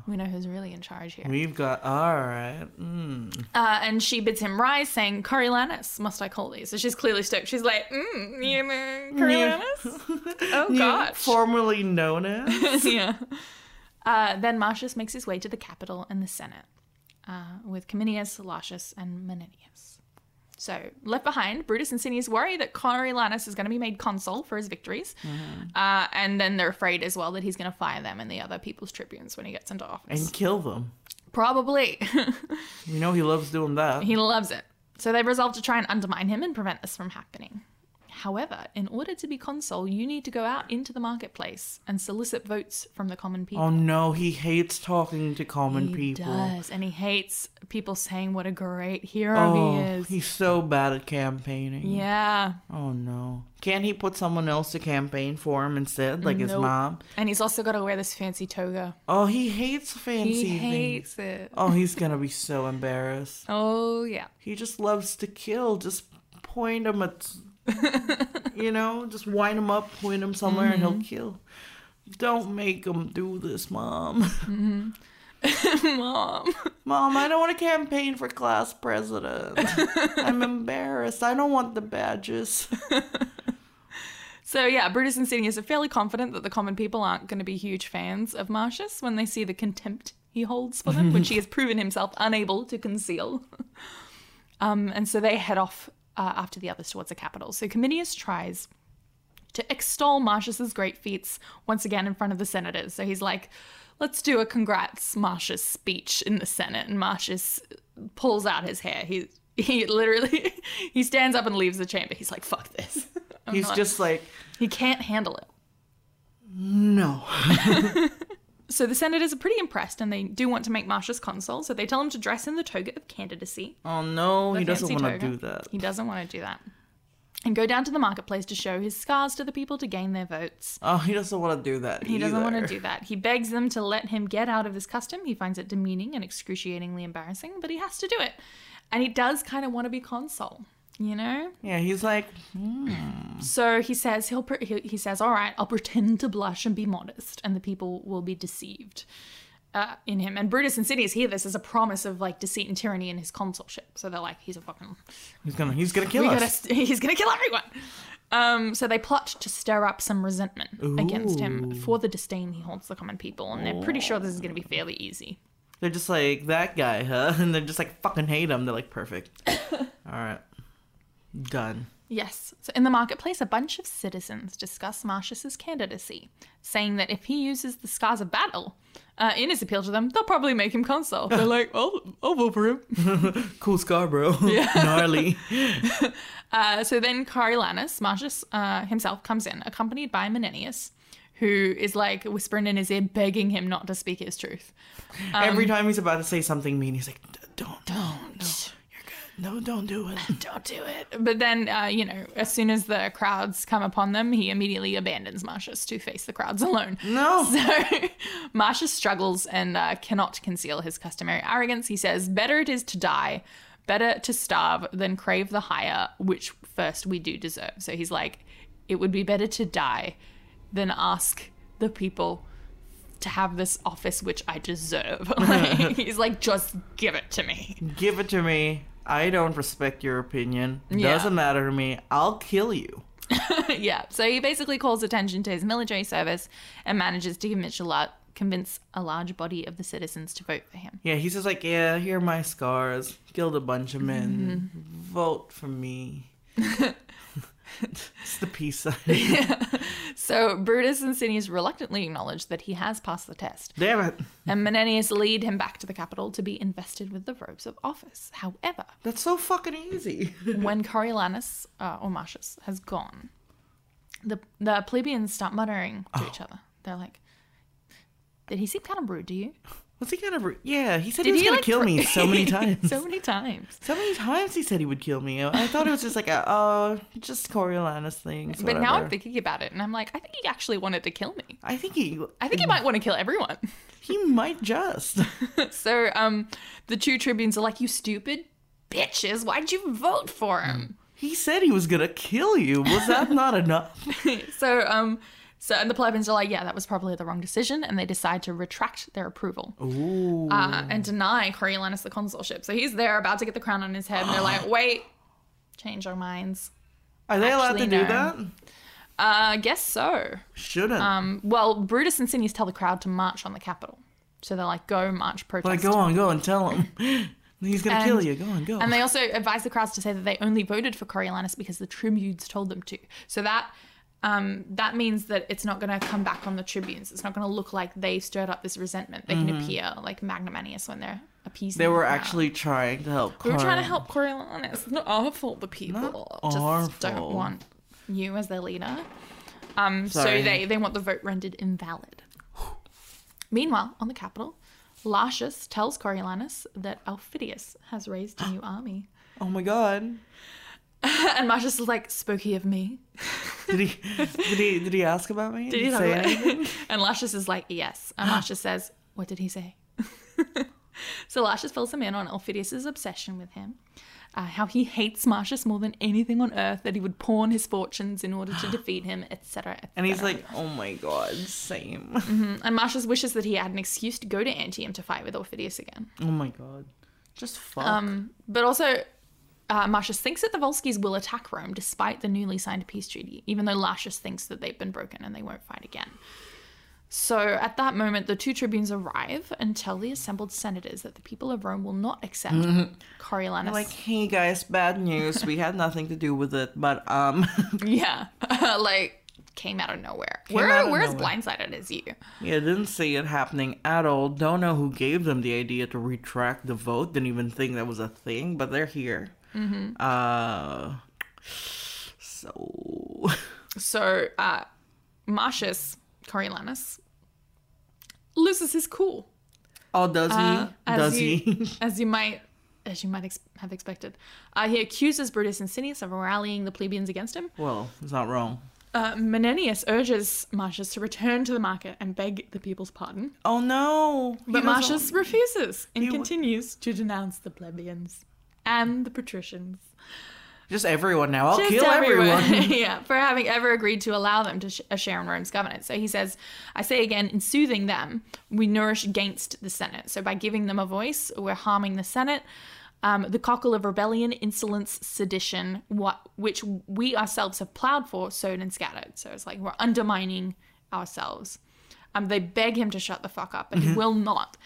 Speaker 2: we know who's really in charge here.
Speaker 1: We've got all right. Mm.
Speaker 2: Uh, and she bids him rise, saying, Coriolanus, must I call thee? So she's clearly stoked. She's like, mm, you know, Coriolanus? Oh, God.
Speaker 1: Formerly known as.
Speaker 2: yeah. Uh, then Marcius makes his way to the Capitol and the Senate uh, with Cominius, Latius, and Menenius. So, left behind, Brutus and Cineas worry that Coriolanus is going to be made consul for his victories. Uh, and then they're afraid as well that he's going to fire them and the other people's tribunes when he gets into office.
Speaker 1: and kill them.
Speaker 2: Probably.
Speaker 1: You know he loves doing that.
Speaker 2: he loves it. So, they resolve to try and undermine him and prevent this from happening. However, in order to be consul, you need to go out into the marketplace and solicit votes from the common people.
Speaker 1: Oh no, he hates talking to common
Speaker 2: he
Speaker 1: people.
Speaker 2: does, and he hates people saying what a great hero
Speaker 1: Oh,
Speaker 2: he is.
Speaker 1: he's so bad at campaigning.
Speaker 2: yeah,
Speaker 1: Oh no. Can't he put someone else to campaign for him instead, like his
Speaker 2: Nope.
Speaker 1: mom?
Speaker 2: and he's also got to wear this fancy toga.
Speaker 1: Oh, he hates fancy
Speaker 2: He
Speaker 1: things.
Speaker 2: hates it.
Speaker 1: Oh, he's gonna be so embarrassed.
Speaker 2: Oh yeah.
Speaker 1: He just loves to kill. Just point him at, you know, just wind him up, point him somewhere, and
Speaker 2: Mm-hmm.
Speaker 1: he'll kill. Don't make him do this, mom.
Speaker 2: Mom.
Speaker 1: Mom, I don't want to campaign for class president. I'm embarrassed. I don't want the badges.
Speaker 2: So yeah, Brutus and Senius are fairly confident that the common people aren't going to be huge fans of Marcius when they see the contempt he holds for them, which he has proven himself unable to conceal. Um, and so they head off uh, after the others towards the capital. So Cominius tries to extol Marcius's great feats once again in front of the senators. So he's like, let's do a congrats Marcius speech in the Senate. And Marcius pulls out his hair. He, he literally, he stands up and leaves the chamber. He's like, fuck this. I'm
Speaker 1: He's
Speaker 2: not-
Speaker 1: just like,
Speaker 2: he can't handle it.
Speaker 1: no.
Speaker 2: So the senators are pretty impressed and they do want to make Marcius consul, so they tell him to dress in the toga of candidacy.
Speaker 1: Oh no, he doesn't
Speaker 2: fancy
Speaker 1: want to
Speaker 2: toga.
Speaker 1: do that.
Speaker 2: He doesn't want to do that. And go down to the marketplace to show his scars to the people to gain their votes.
Speaker 1: Oh, he doesn't want to do that.
Speaker 2: He doesn't want
Speaker 1: either.
Speaker 2: to do that. He begs them to let him get out of this custom. He finds it demeaning and excruciatingly embarrassing, but he has to do it. And he does kind of want to be consul, you know?
Speaker 1: Yeah, he's like,
Speaker 2: So he says he'll pre- he, he says, "All right, I'll pretend to blush and be modest, and the people will be deceived uh, in him." And Brutus and Sinius hear this as a promise of like deceit and tyranny in his consulship. So they're like, "He's a fucking
Speaker 1: he's gonna, he's gonna kill
Speaker 2: we
Speaker 1: us.
Speaker 2: gotta, st- he's gonna kill everyone." Um, so they plot to stir up some resentment against him for the disdain he holds the common people, and they're pretty sure this is gonna be fairly easy.
Speaker 1: They're just like that guy, huh? And they're just like fucking hate him. They're like perfect. All right, done.
Speaker 2: Yes. So in the marketplace, a bunch of citizens discuss Marcius's candidacy, saying that if he uses the scars of battle uh, in his appeal to them, they'll probably make him consul. They're like, oh, I'll vote for him.
Speaker 1: Cool scar, bro. Gnarly.
Speaker 2: Uh, so then Coriolanus, Marcius uh, himself, comes in, accompanied by Menenius, who is like whispering in his ear, begging him not to speak his truth. Um,
Speaker 1: Every time he's about to say something mean, he's like, "D- don't, don't, no, you're good. No, don't do it.
Speaker 2: Don't do it. But then, uh, you know, as soon as the crowds come upon them, he immediately abandons Marcius to face the crowds alone.
Speaker 1: No.
Speaker 2: So Marcia struggles and uh, cannot conceal his customary arrogance. He says, Better it is to die, better to starve than crave the higher, which first we do deserve. So he's like, It would be better to die than ask the people to have this office which I deserve. Like, he's like, Just give it to me.
Speaker 1: Give it to me. I don't respect your opinion.
Speaker 2: Yeah.
Speaker 1: Doesn't matter to me. I'll kill you.
Speaker 2: yeah. So he basically calls attention to his military service and manages to convince a, lar- convince a large body of the citizens to vote for him.
Speaker 1: Yeah, he's just like, yeah, here are my scars. Killed a bunch of men.
Speaker 2: Mm-hmm.
Speaker 1: Vote for me. it's the peace sign.
Speaker 2: So Brutus and Sinius reluctantly acknowledge that he has passed the test,
Speaker 1: Damn it.
Speaker 2: and Menenius lead him back to the capital to be invested with the robes of office. However,
Speaker 1: That's so fucking easy.
Speaker 2: when Coriolanus uh, or Marcius has gone, the the plebeians start muttering to
Speaker 1: Oh.
Speaker 2: each other. They're like, "Did he seem kind of rude to you?
Speaker 1: Was he gonna? Re- yeah, he said
Speaker 2: Did
Speaker 1: he was
Speaker 2: he,
Speaker 1: gonna
Speaker 2: like,
Speaker 1: kill
Speaker 2: thro-
Speaker 1: me so many times.
Speaker 2: so
Speaker 1: so-,
Speaker 2: many times."
Speaker 1: many times he said he would kill me. I thought it was just like, a, oh, just Coriolanus things.
Speaker 2: But now I'm
Speaker 1: whatever."
Speaker 2: thinking about it, and I'm like, I think he actually wanted to kill me.
Speaker 1: I think he,
Speaker 2: I think he might want to kill everyone.
Speaker 1: he might just.
Speaker 2: So um, the two tribunes are like, "You stupid bitches! Why'd you vote for him?"
Speaker 1: He said he was gonna kill you. Was that not enough?
Speaker 2: So, um, so and the plebeians are like, yeah, that was probably the wrong decision, and they decide to retract their approval
Speaker 1: Ooh.
Speaker 2: uh, and deny Coriolanus the consulship. So he's there, about to get the crown on his head, and they're like, wait, change our minds.
Speaker 1: Are they allowed to
Speaker 2: actually,
Speaker 1: do
Speaker 2: no.
Speaker 1: that?
Speaker 2: Uh, guess so.
Speaker 1: Shouldn't.
Speaker 2: Um, well, Brutus and Cineas tell the crowd to march on the Capitol. So they're like, go march, protest.
Speaker 1: like, go on, go and tell him. He's gonna kill
Speaker 2: And-
Speaker 1: you. Go on, go.
Speaker 2: And they also advised the crowds to say that they only voted for Coriolanus because the tribunes told them to. So that um, that means that it's not going to come back on the tribunes. It's not going to look like they stirred up this resentment. They can appear like magnanimous when they're
Speaker 1: Mm-hmm.
Speaker 2: appeasing.
Speaker 1: They were
Speaker 2: the crowd.
Speaker 1: actually trying to help.
Speaker 2: We were trying
Speaker 1: Cor-
Speaker 2: to help Coriolanus. Not our fault. The people
Speaker 1: our
Speaker 2: just don't
Speaker 1: fault.
Speaker 2: want you as their leader. Um, so
Speaker 1: Sorry.
Speaker 2: they, they want the vote rendered invalid. Meanwhile, on the capital, Lartius tells Coriolanus that Alphidius has raised a new army.
Speaker 1: Oh my god.
Speaker 2: and Marcius is like, spoke he of me?
Speaker 1: Did he did he did he ask about me?
Speaker 2: Did he
Speaker 1: he
Speaker 2: talk
Speaker 1: say
Speaker 2: about
Speaker 1: anything?
Speaker 2: And Lashes is like, yes. And Lashes says, what did he say? so Lashes fills him in on Elphidius's obsession with him, uh, how he hates Marcius more than anything on earth, that he would pawn his fortunes in order to defeat him, etc.
Speaker 1: And he's like, "Oh my god, same."
Speaker 2: and Marcius wishes that he had an excuse to go to Antium to fight with Elphidius again.
Speaker 1: Oh my god. Just fuck.
Speaker 2: Um, but also, uh, Marcius thinks that the Volskis will attack Rome despite the newly signed peace treaty, even though Lartius thinks that they've been broken and they won't fight again. So at that moment, the two tribunes arrive and tell the assembled senators that the people of Rome will not accept
Speaker 1: Mm-hmm.
Speaker 2: Coriolanus.
Speaker 1: like, "Hey guys, bad news. We had nothing to do with it, but um
Speaker 2: yeah, like came out of nowhere. we're
Speaker 1: out of
Speaker 2: we're as
Speaker 1: nowhere.
Speaker 2: blindsided as you.
Speaker 1: Yeah, didn't see it happening at all. Don't know who gave them the idea to retract the vote. Didn't even think that was a thing, but they're here. Mm-hmm. Uh, so
Speaker 2: So uh, Marcius Coriolanus loses his cool.
Speaker 1: oh, does he?
Speaker 2: Uh, as
Speaker 1: does
Speaker 2: you,
Speaker 1: he?
Speaker 2: as you might, as you might ex- have expected, uh, he accuses Brutus and Cineas of rallying the plebeians against him.
Speaker 1: well, it's not wrong.
Speaker 2: Uh, Menenius urges Marcius to return to the market and beg the people's pardon,
Speaker 1: Oh no! He
Speaker 2: but
Speaker 1: doesn't-
Speaker 2: Marcius refuses and
Speaker 1: He wa-
Speaker 2: continues to denounce the plebeians and the patricians.
Speaker 1: just everyone now. I'll
Speaker 2: Just
Speaker 1: kill everyone.
Speaker 2: yeah, for having ever agreed to allow them to sh- a share in Rome's governance. So he says, I say again, in soothing them, we nourish against the Senate. So by giving them a voice, we're harming the Senate. Um, the cockle of rebellion, insolence, sedition, what which we ourselves have plowed for, sown and scattered. So it's like we're undermining ourselves. Um, they beg him to shut the fuck up, but
Speaker 1: Mm-hmm.
Speaker 2: he will not.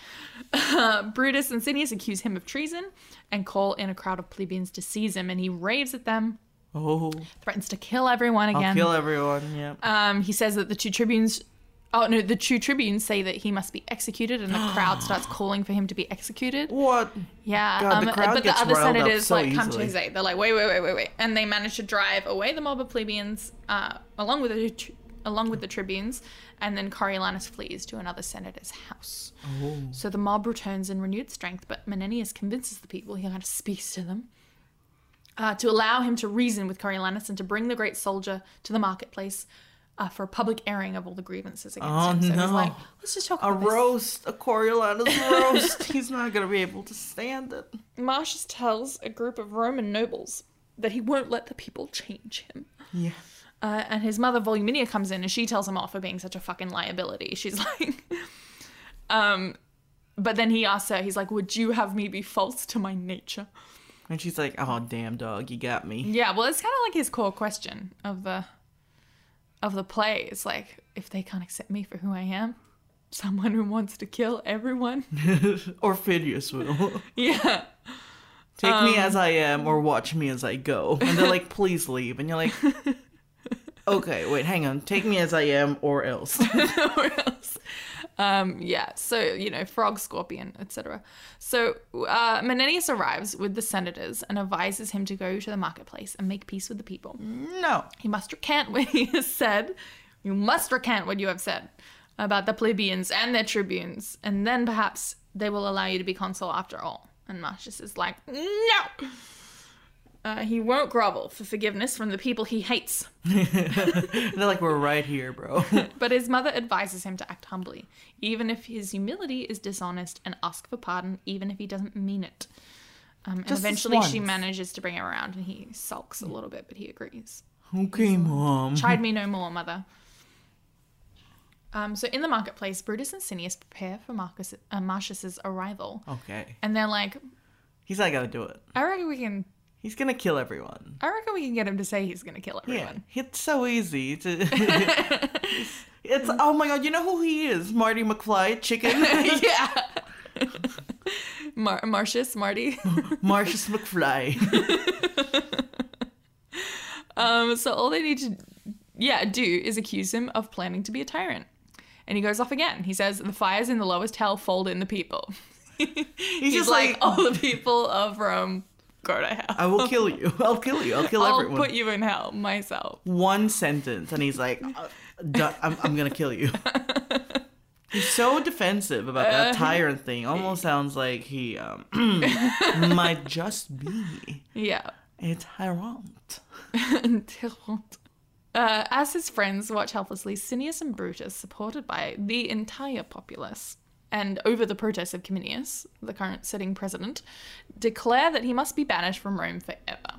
Speaker 2: Brutus and Cineas accuse him of treason and call in a crowd of plebeians to seize him, and he raves at them,
Speaker 1: Oh,
Speaker 2: threatens to kill everyone
Speaker 1: I'll
Speaker 2: again.
Speaker 1: kill everyone. Yep.
Speaker 2: um, he says that the two tribunes, oh no, the two tribunes say that he must be executed, and the crowd starts calling for him to be executed.
Speaker 1: what?
Speaker 2: Yeah, um,
Speaker 1: God, the crowd
Speaker 2: but
Speaker 1: gets
Speaker 2: the other
Speaker 1: riled up
Speaker 2: senators
Speaker 1: so
Speaker 2: like come to
Speaker 1: easily.
Speaker 2: his aid. They're like, wait, wait, wait, wait, wait, and they manage to drive away the mob of plebeians uh, along with the tri- along with the tribunes, and then Coriolanus flees to another senator's house.
Speaker 1: Oh.
Speaker 2: So the mob returns in renewed strength, but Menenius convinces the people. He kind of speaks to them uh, to allow him to reason with Coriolanus and to bring the great soldier to the marketplace. Uh, for a public airing of all the grievances against
Speaker 1: Oh,
Speaker 2: him, so he's
Speaker 1: no.
Speaker 2: like, "Let's just talk
Speaker 1: A
Speaker 2: about this."
Speaker 1: roast, a Coriolanus roast. He's not gonna be able to stand it.
Speaker 2: Marcius tells a group of Roman nobles that he won't let the people change him.
Speaker 1: Yeah.
Speaker 2: Uh, and his mother, Voluminia, comes in and she tells him off for being such a fucking liability. She's like, um, but then he asks her, he's like, would you have me be false to my nature?
Speaker 1: And she's like, "Oh damn, dog, you got me."
Speaker 2: Yeah, well, it's kind of like his core question of the of the play. It's like, if they can't accept me for who I am, someone who wants to kill everyone.
Speaker 1: or Phidias will.
Speaker 2: yeah.
Speaker 1: Take me as I am or watch me as I go. And they're like, please leave. And you're like, okay, wait, hang on. Take me as I am or else.
Speaker 2: nowhere else. Um, yeah, so you know, frog, scorpion, etc. So uh, Menenius arrives with the senators and advises him to go to the marketplace and make peace with the people.
Speaker 1: no.
Speaker 2: He must recant what he has said. You must recant what you have said about the plebeians and their tribunes, and then perhaps they will allow you to be consul after all. And Marcius is like, no. Uh, he won't grovel for forgiveness from the people he hates.
Speaker 1: And they're like, we're right here, bro.
Speaker 2: But his mother advises him to act humbly, even if his humility is dishonest, and ask for pardon, even if he doesn't mean it. Um, and
Speaker 1: Just this
Speaker 2: eventually, she
Speaker 1: once.
Speaker 2: manages to bring him around, and he sulks a little bit, but he agrees.
Speaker 1: okay, mom.
Speaker 2: Chide me no more, mother. Um, so in the marketplace, Brutus and Cineas prepare for Marcus, uh, Marcius's arrival,
Speaker 1: Okay.
Speaker 2: and they're like,
Speaker 1: He's not going to do it.
Speaker 2: "I reckon we can,
Speaker 1: He's going to kill everyone.
Speaker 2: I reckon we can get him to say he's going to kill
Speaker 1: Yeah.
Speaker 2: everyone."
Speaker 1: It's so easy to. it's, oh my god, you know who he is? Marty McFly, chicken.
Speaker 2: yeah. Mar- Marcius, Marty.
Speaker 1: Marcius McFly.
Speaker 2: Um, so all they need to, yeah, do is accuse him of planning to be a tyrant. And he goes off again. He says, "The fires in the lowest hell fold in the people." He's,
Speaker 1: just
Speaker 2: like,
Speaker 1: like-
Speaker 2: all the people of Rome go to hell.
Speaker 1: I will kill you. I'll kill you. I'll kill
Speaker 2: I'll
Speaker 1: everyone.
Speaker 2: put you in hell myself.
Speaker 1: One sentence, and he's like, "Uh, du- I'm, I'm gonna kill you. He's so defensive about that
Speaker 2: Uh-huh.
Speaker 1: tyrant thing. Almost sounds like he um, might just be
Speaker 2: Yeah.
Speaker 1: a tyrant.
Speaker 2: Interrupt. Uh, as his friends watch helplessly, Cineas and Brutus, supported by the entire populace, and over the protest of Cominius, the current sitting president, declare that he must be banished from Rome forever.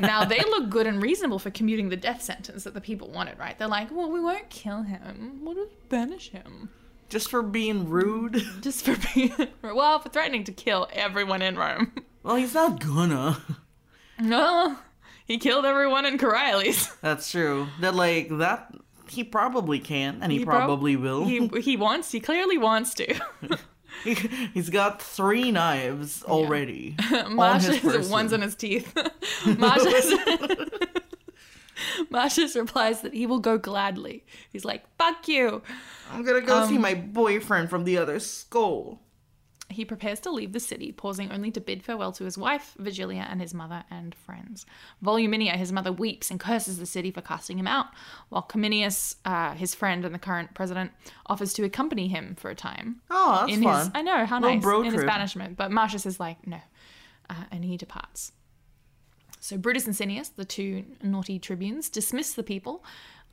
Speaker 2: now, they look good and reasonable for commuting the death sentence that the people wanted, right? They're like, well, we won't kill him. We'll just banish him.
Speaker 1: just for being rude.
Speaker 2: Just for being, well, for threatening to kill everyone in Rome.
Speaker 1: Well, he's not gonna.
Speaker 2: No, he killed everyone in Coriolis.
Speaker 1: That's true. That like that he probably can, and he,
Speaker 2: He prob-
Speaker 1: probably will.
Speaker 2: he he wants he clearly wants to
Speaker 1: He, he's got three knives already. on
Speaker 2: Marsh
Speaker 1: his
Speaker 2: is
Speaker 1: person.
Speaker 2: one's on his teeth Marsh is- Marsh is replies that he will go gladly he's like fuck you
Speaker 1: I'm gonna go
Speaker 2: Um,
Speaker 1: see my boyfriend from the other school.
Speaker 2: he prepares to leave the city pausing only to bid farewell to his wife vigilia and his mother and friends voluminia his mother weeps and curses the city for casting him out while cominius uh, his friend and the current president offers to accompany him for a time
Speaker 1: Oh, that's
Speaker 2: in
Speaker 1: fun.
Speaker 2: his I know how
Speaker 1: Little
Speaker 2: nice
Speaker 1: bro
Speaker 2: in his
Speaker 1: trip.
Speaker 2: banishment, but Marcius is like no, uh, and he departs. So Brutus and Cineas, the two naughty tribunes, dismiss the people,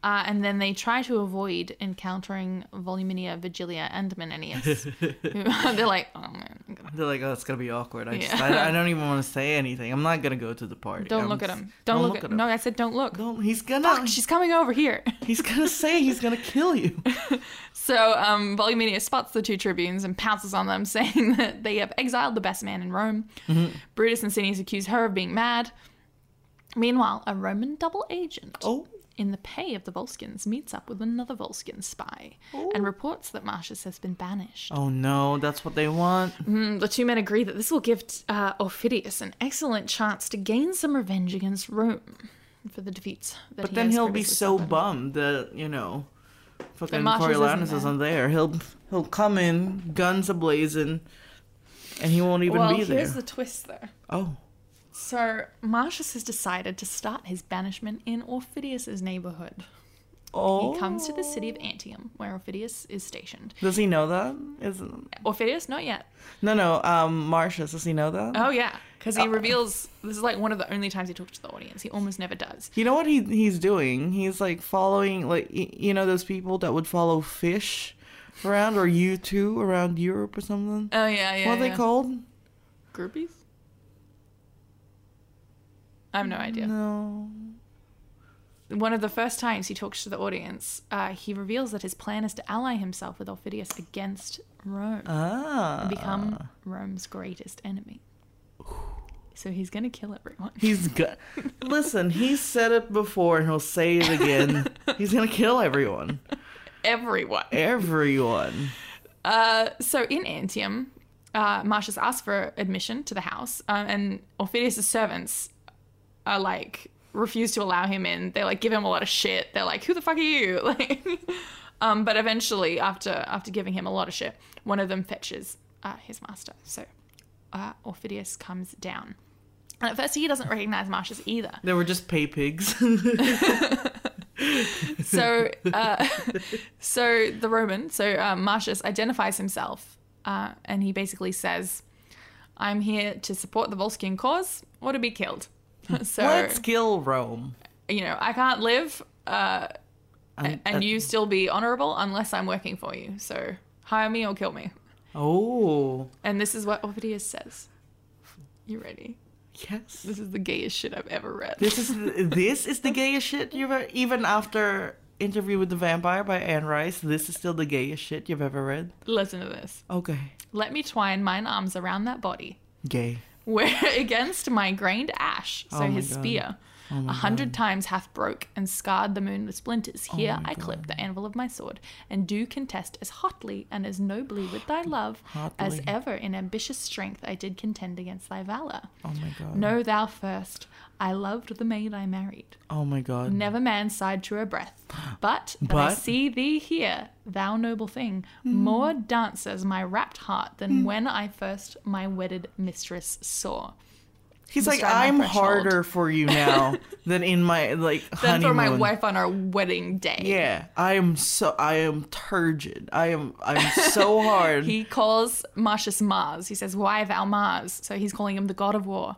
Speaker 2: uh, and then they try to avoid encountering Voluminia, Vigilia, and Menenius. who- They're like, oh man, I'm gonna-
Speaker 1: They're like, oh, it's gonna be awkward. I just,
Speaker 2: Yeah.
Speaker 1: I, I don't even want to say anything. I'm not gonna go to the party.
Speaker 2: don't
Speaker 1: I'm
Speaker 2: look at
Speaker 1: s-
Speaker 2: him. Don't, look, at him. No, I said don't look.
Speaker 1: Don't. He's gonna.
Speaker 2: She's coming over here.
Speaker 1: He's gonna say he's gonna kill you.
Speaker 2: So um, Voluminius spots the two tribunes and pounces on them, saying that they have exiled the best man in Rome. Brutus and Cineas accuse her of being mad. Meanwhile, a Roman double agent
Speaker 1: Oh,
Speaker 2: in the pay of the Volscians meets up with another Volscian spy and reports that Marcius has been banished.
Speaker 1: oh no, that's what they want.
Speaker 2: Mm, the two men agree that this will give uh, Aufidius an excellent chance to gain some revenge against Rome for the defeats. That
Speaker 1: But
Speaker 2: he
Speaker 1: then
Speaker 2: has
Speaker 1: he'll be
Speaker 2: previously
Speaker 1: so
Speaker 2: suffered.
Speaker 1: bummed that you know, fucking
Speaker 2: Marshals isn't
Speaker 1: Coriolanus
Speaker 2: there.
Speaker 1: isn't there. He'll he'll come in guns ablazing, and he won't even
Speaker 2: Well,
Speaker 1: be there.
Speaker 2: here's the twist, though.
Speaker 1: Oh,
Speaker 2: So Marcius has decided to start his banishment in Orpheus's neighborhood.
Speaker 1: oh,
Speaker 2: He comes to the city of Antium, where Orpheus is stationed.
Speaker 1: Does he know that? Is no,
Speaker 2: Orpheus, not yet.
Speaker 1: no. Um, Marcius, does he know that?
Speaker 2: Oh yeah, because he reveals this is like one of the only times he talks to the audience. He almost never does.
Speaker 1: You know what he he's doing? He's like following like y- you know those people that would follow fish around or you two around Europe or something.
Speaker 2: Oh yeah, yeah.
Speaker 1: what are they
Speaker 2: yeah.
Speaker 1: called?
Speaker 2: Groupies. I have no idea.
Speaker 1: No.
Speaker 2: One of the first times he talks to the audience, uh, he reveals that his plan is to ally himself with Orpheus against Rome.
Speaker 1: Ah.
Speaker 2: become Rome's greatest enemy. So he's gonna kill everyone.
Speaker 1: He's got. Listen, he said it before, and he'll say it again. He's gonna kill everyone.
Speaker 2: Everyone.
Speaker 1: Everyone.
Speaker 2: Uh, so in Antium, uh, Marcius asks for admission to the house, um, and Orpheus' servants are like refuse to allow him in. They like give him a lot of shit. They're like, "Who the fuck are you?" Like, um, but eventually, after after giving him a lot of shit, one of them fetches uh, his master. So uh, Orpheus comes down. And at first, he doesn't recognize Marcius either.
Speaker 1: They were just pay pigs.
Speaker 2: so uh, so the roman so uh, marcius identifies himself uh, and he basically says i'm here to support the volscian cause or to be killed
Speaker 1: Hmm.
Speaker 2: so
Speaker 1: Let's kill Rome.
Speaker 2: you know i can't live uh,
Speaker 1: And- uh,
Speaker 2: and you still be honorable unless i'm working for you so hire me or kill me
Speaker 1: Oh.
Speaker 2: and this is what orpheus says you ready
Speaker 1: Yes.
Speaker 2: this is the gayest shit i've ever read
Speaker 1: This is this is the gayest shit you've ever, even after Interview with the Vampire by Anne Rice. This is still the gayest shit you've ever read.
Speaker 2: listen to this
Speaker 1: Okay.
Speaker 2: let me twine mine arms around that body
Speaker 1: Gay.
Speaker 2: where against my grained ash, so
Speaker 1: Oh my
Speaker 2: his
Speaker 1: God.
Speaker 2: spear, a hundred times hath broke and scarred the moon with splinters.
Speaker 1: Oh
Speaker 2: Here I clip the anvil of my sword, and do contest as hotly and as nobly with thy love as
Speaker 1: Hotly.
Speaker 2: ever in ambitious strength I did contend against thy valor.
Speaker 1: Oh my god.
Speaker 2: Know thou first, I loved the maid I married.
Speaker 1: Oh my god.
Speaker 2: Never man sighed to a breath, but that I
Speaker 1: But? Hmm.
Speaker 2: see thee here, thou noble thing, more dances my rapt heart than when I first my wedded mistress saw.
Speaker 1: He's like,
Speaker 2: describe my
Speaker 1: I'm
Speaker 2: threshold.
Speaker 1: harder for you now than in my like
Speaker 2: Then
Speaker 1: honeymoon.
Speaker 2: for my wife on our wedding day.
Speaker 1: Yeah, I am so I am turgid. I am I'm so hard.
Speaker 2: He calls Martius Mars. He says, Why thou Mars? So he's calling him the god of war.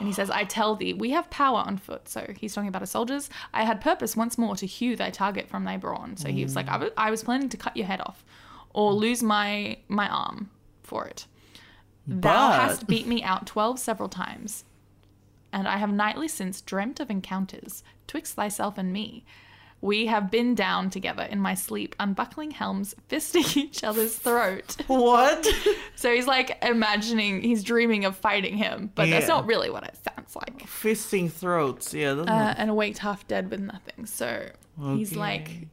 Speaker 2: And he says, I tell thee, we have power on foot. So he's talking about his soldiers. I had purpose once more to hew thy target from thy brawn. So he was like, I was, I was planning to cut your head off or lose my, my arm for it. Thou
Speaker 1: But-
Speaker 2: hast beat me out twelve several times, and I have nightly since dreamt of encounters twixt thyself and me. We have been down together in my sleep, unbuckling helms, fisting each other's throat.
Speaker 1: what?
Speaker 2: So he's like imagining, he's dreaming of fighting him, but that's
Speaker 1: Yeah.
Speaker 2: not really what it sounds like.
Speaker 1: Fisting throats. Yeah, that's
Speaker 2: Uh, and awaked half dead with nothing. So he's like,
Speaker 1: Okay.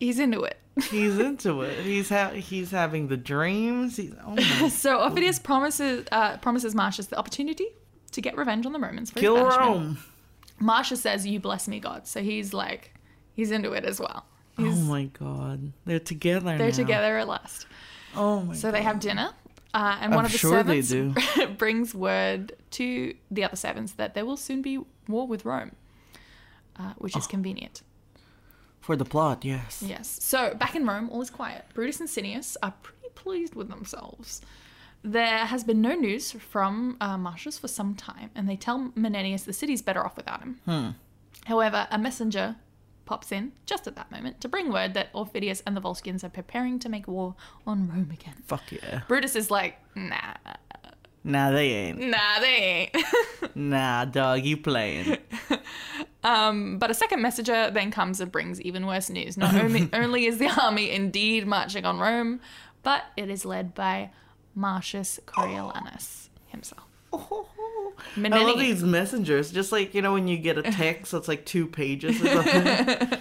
Speaker 2: he's into it.
Speaker 1: he's into it. He's ha- he's having the dreams. He's oh my
Speaker 2: So Ophidius promises uh, promises Marcius the opportunity to get revenge on the Romans for his
Speaker 1: kill
Speaker 2: banishment.
Speaker 1: Rome.
Speaker 2: Marsha says, "You bless me, God." So he's like, he's into it as well.
Speaker 1: Oh my god, they're together.
Speaker 2: They're
Speaker 1: now.
Speaker 2: together at last.
Speaker 1: Oh my.
Speaker 2: So they have dinner, uh, and
Speaker 1: I'm
Speaker 2: one of the
Speaker 1: sure they
Speaker 2: servants brings word to the other servants that there will soon be war with Rome, uh, which
Speaker 1: Oh.
Speaker 2: is convenient.
Speaker 1: For the plot, yes.
Speaker 2: Yes. So back in Rome, all is quiet. Brutus and Cineas are pretty pleased with themselves. There has been no news from uh, Marcius for some time, and they tell Menenius the city's better off without him.
Speaker 1: Hmm.
Speaker 2: However, a messenger pops in just at that moment to bring word that Orpheus and the Volscians are preparing to make war on Rome again.
Speaker 1: Fuck yeah.
Speaker 2: Brutus is like, nah,
Speaker 1: Nah, they ain't.
Speaker 2: nah, they ain't.
Speaker 1: Nah, dog, you playing.
Speaker 2: Um, but a second messenger then comes and brings even worse news. Not only, only is the army indeed marching on Rome, but it is led by Marcius Coriolanus himself.
Speaker 1: I love
Speaker 2: Menenius.
Speaker 1: these messengers. Just like, you know, when you get a text that's like two pages or something.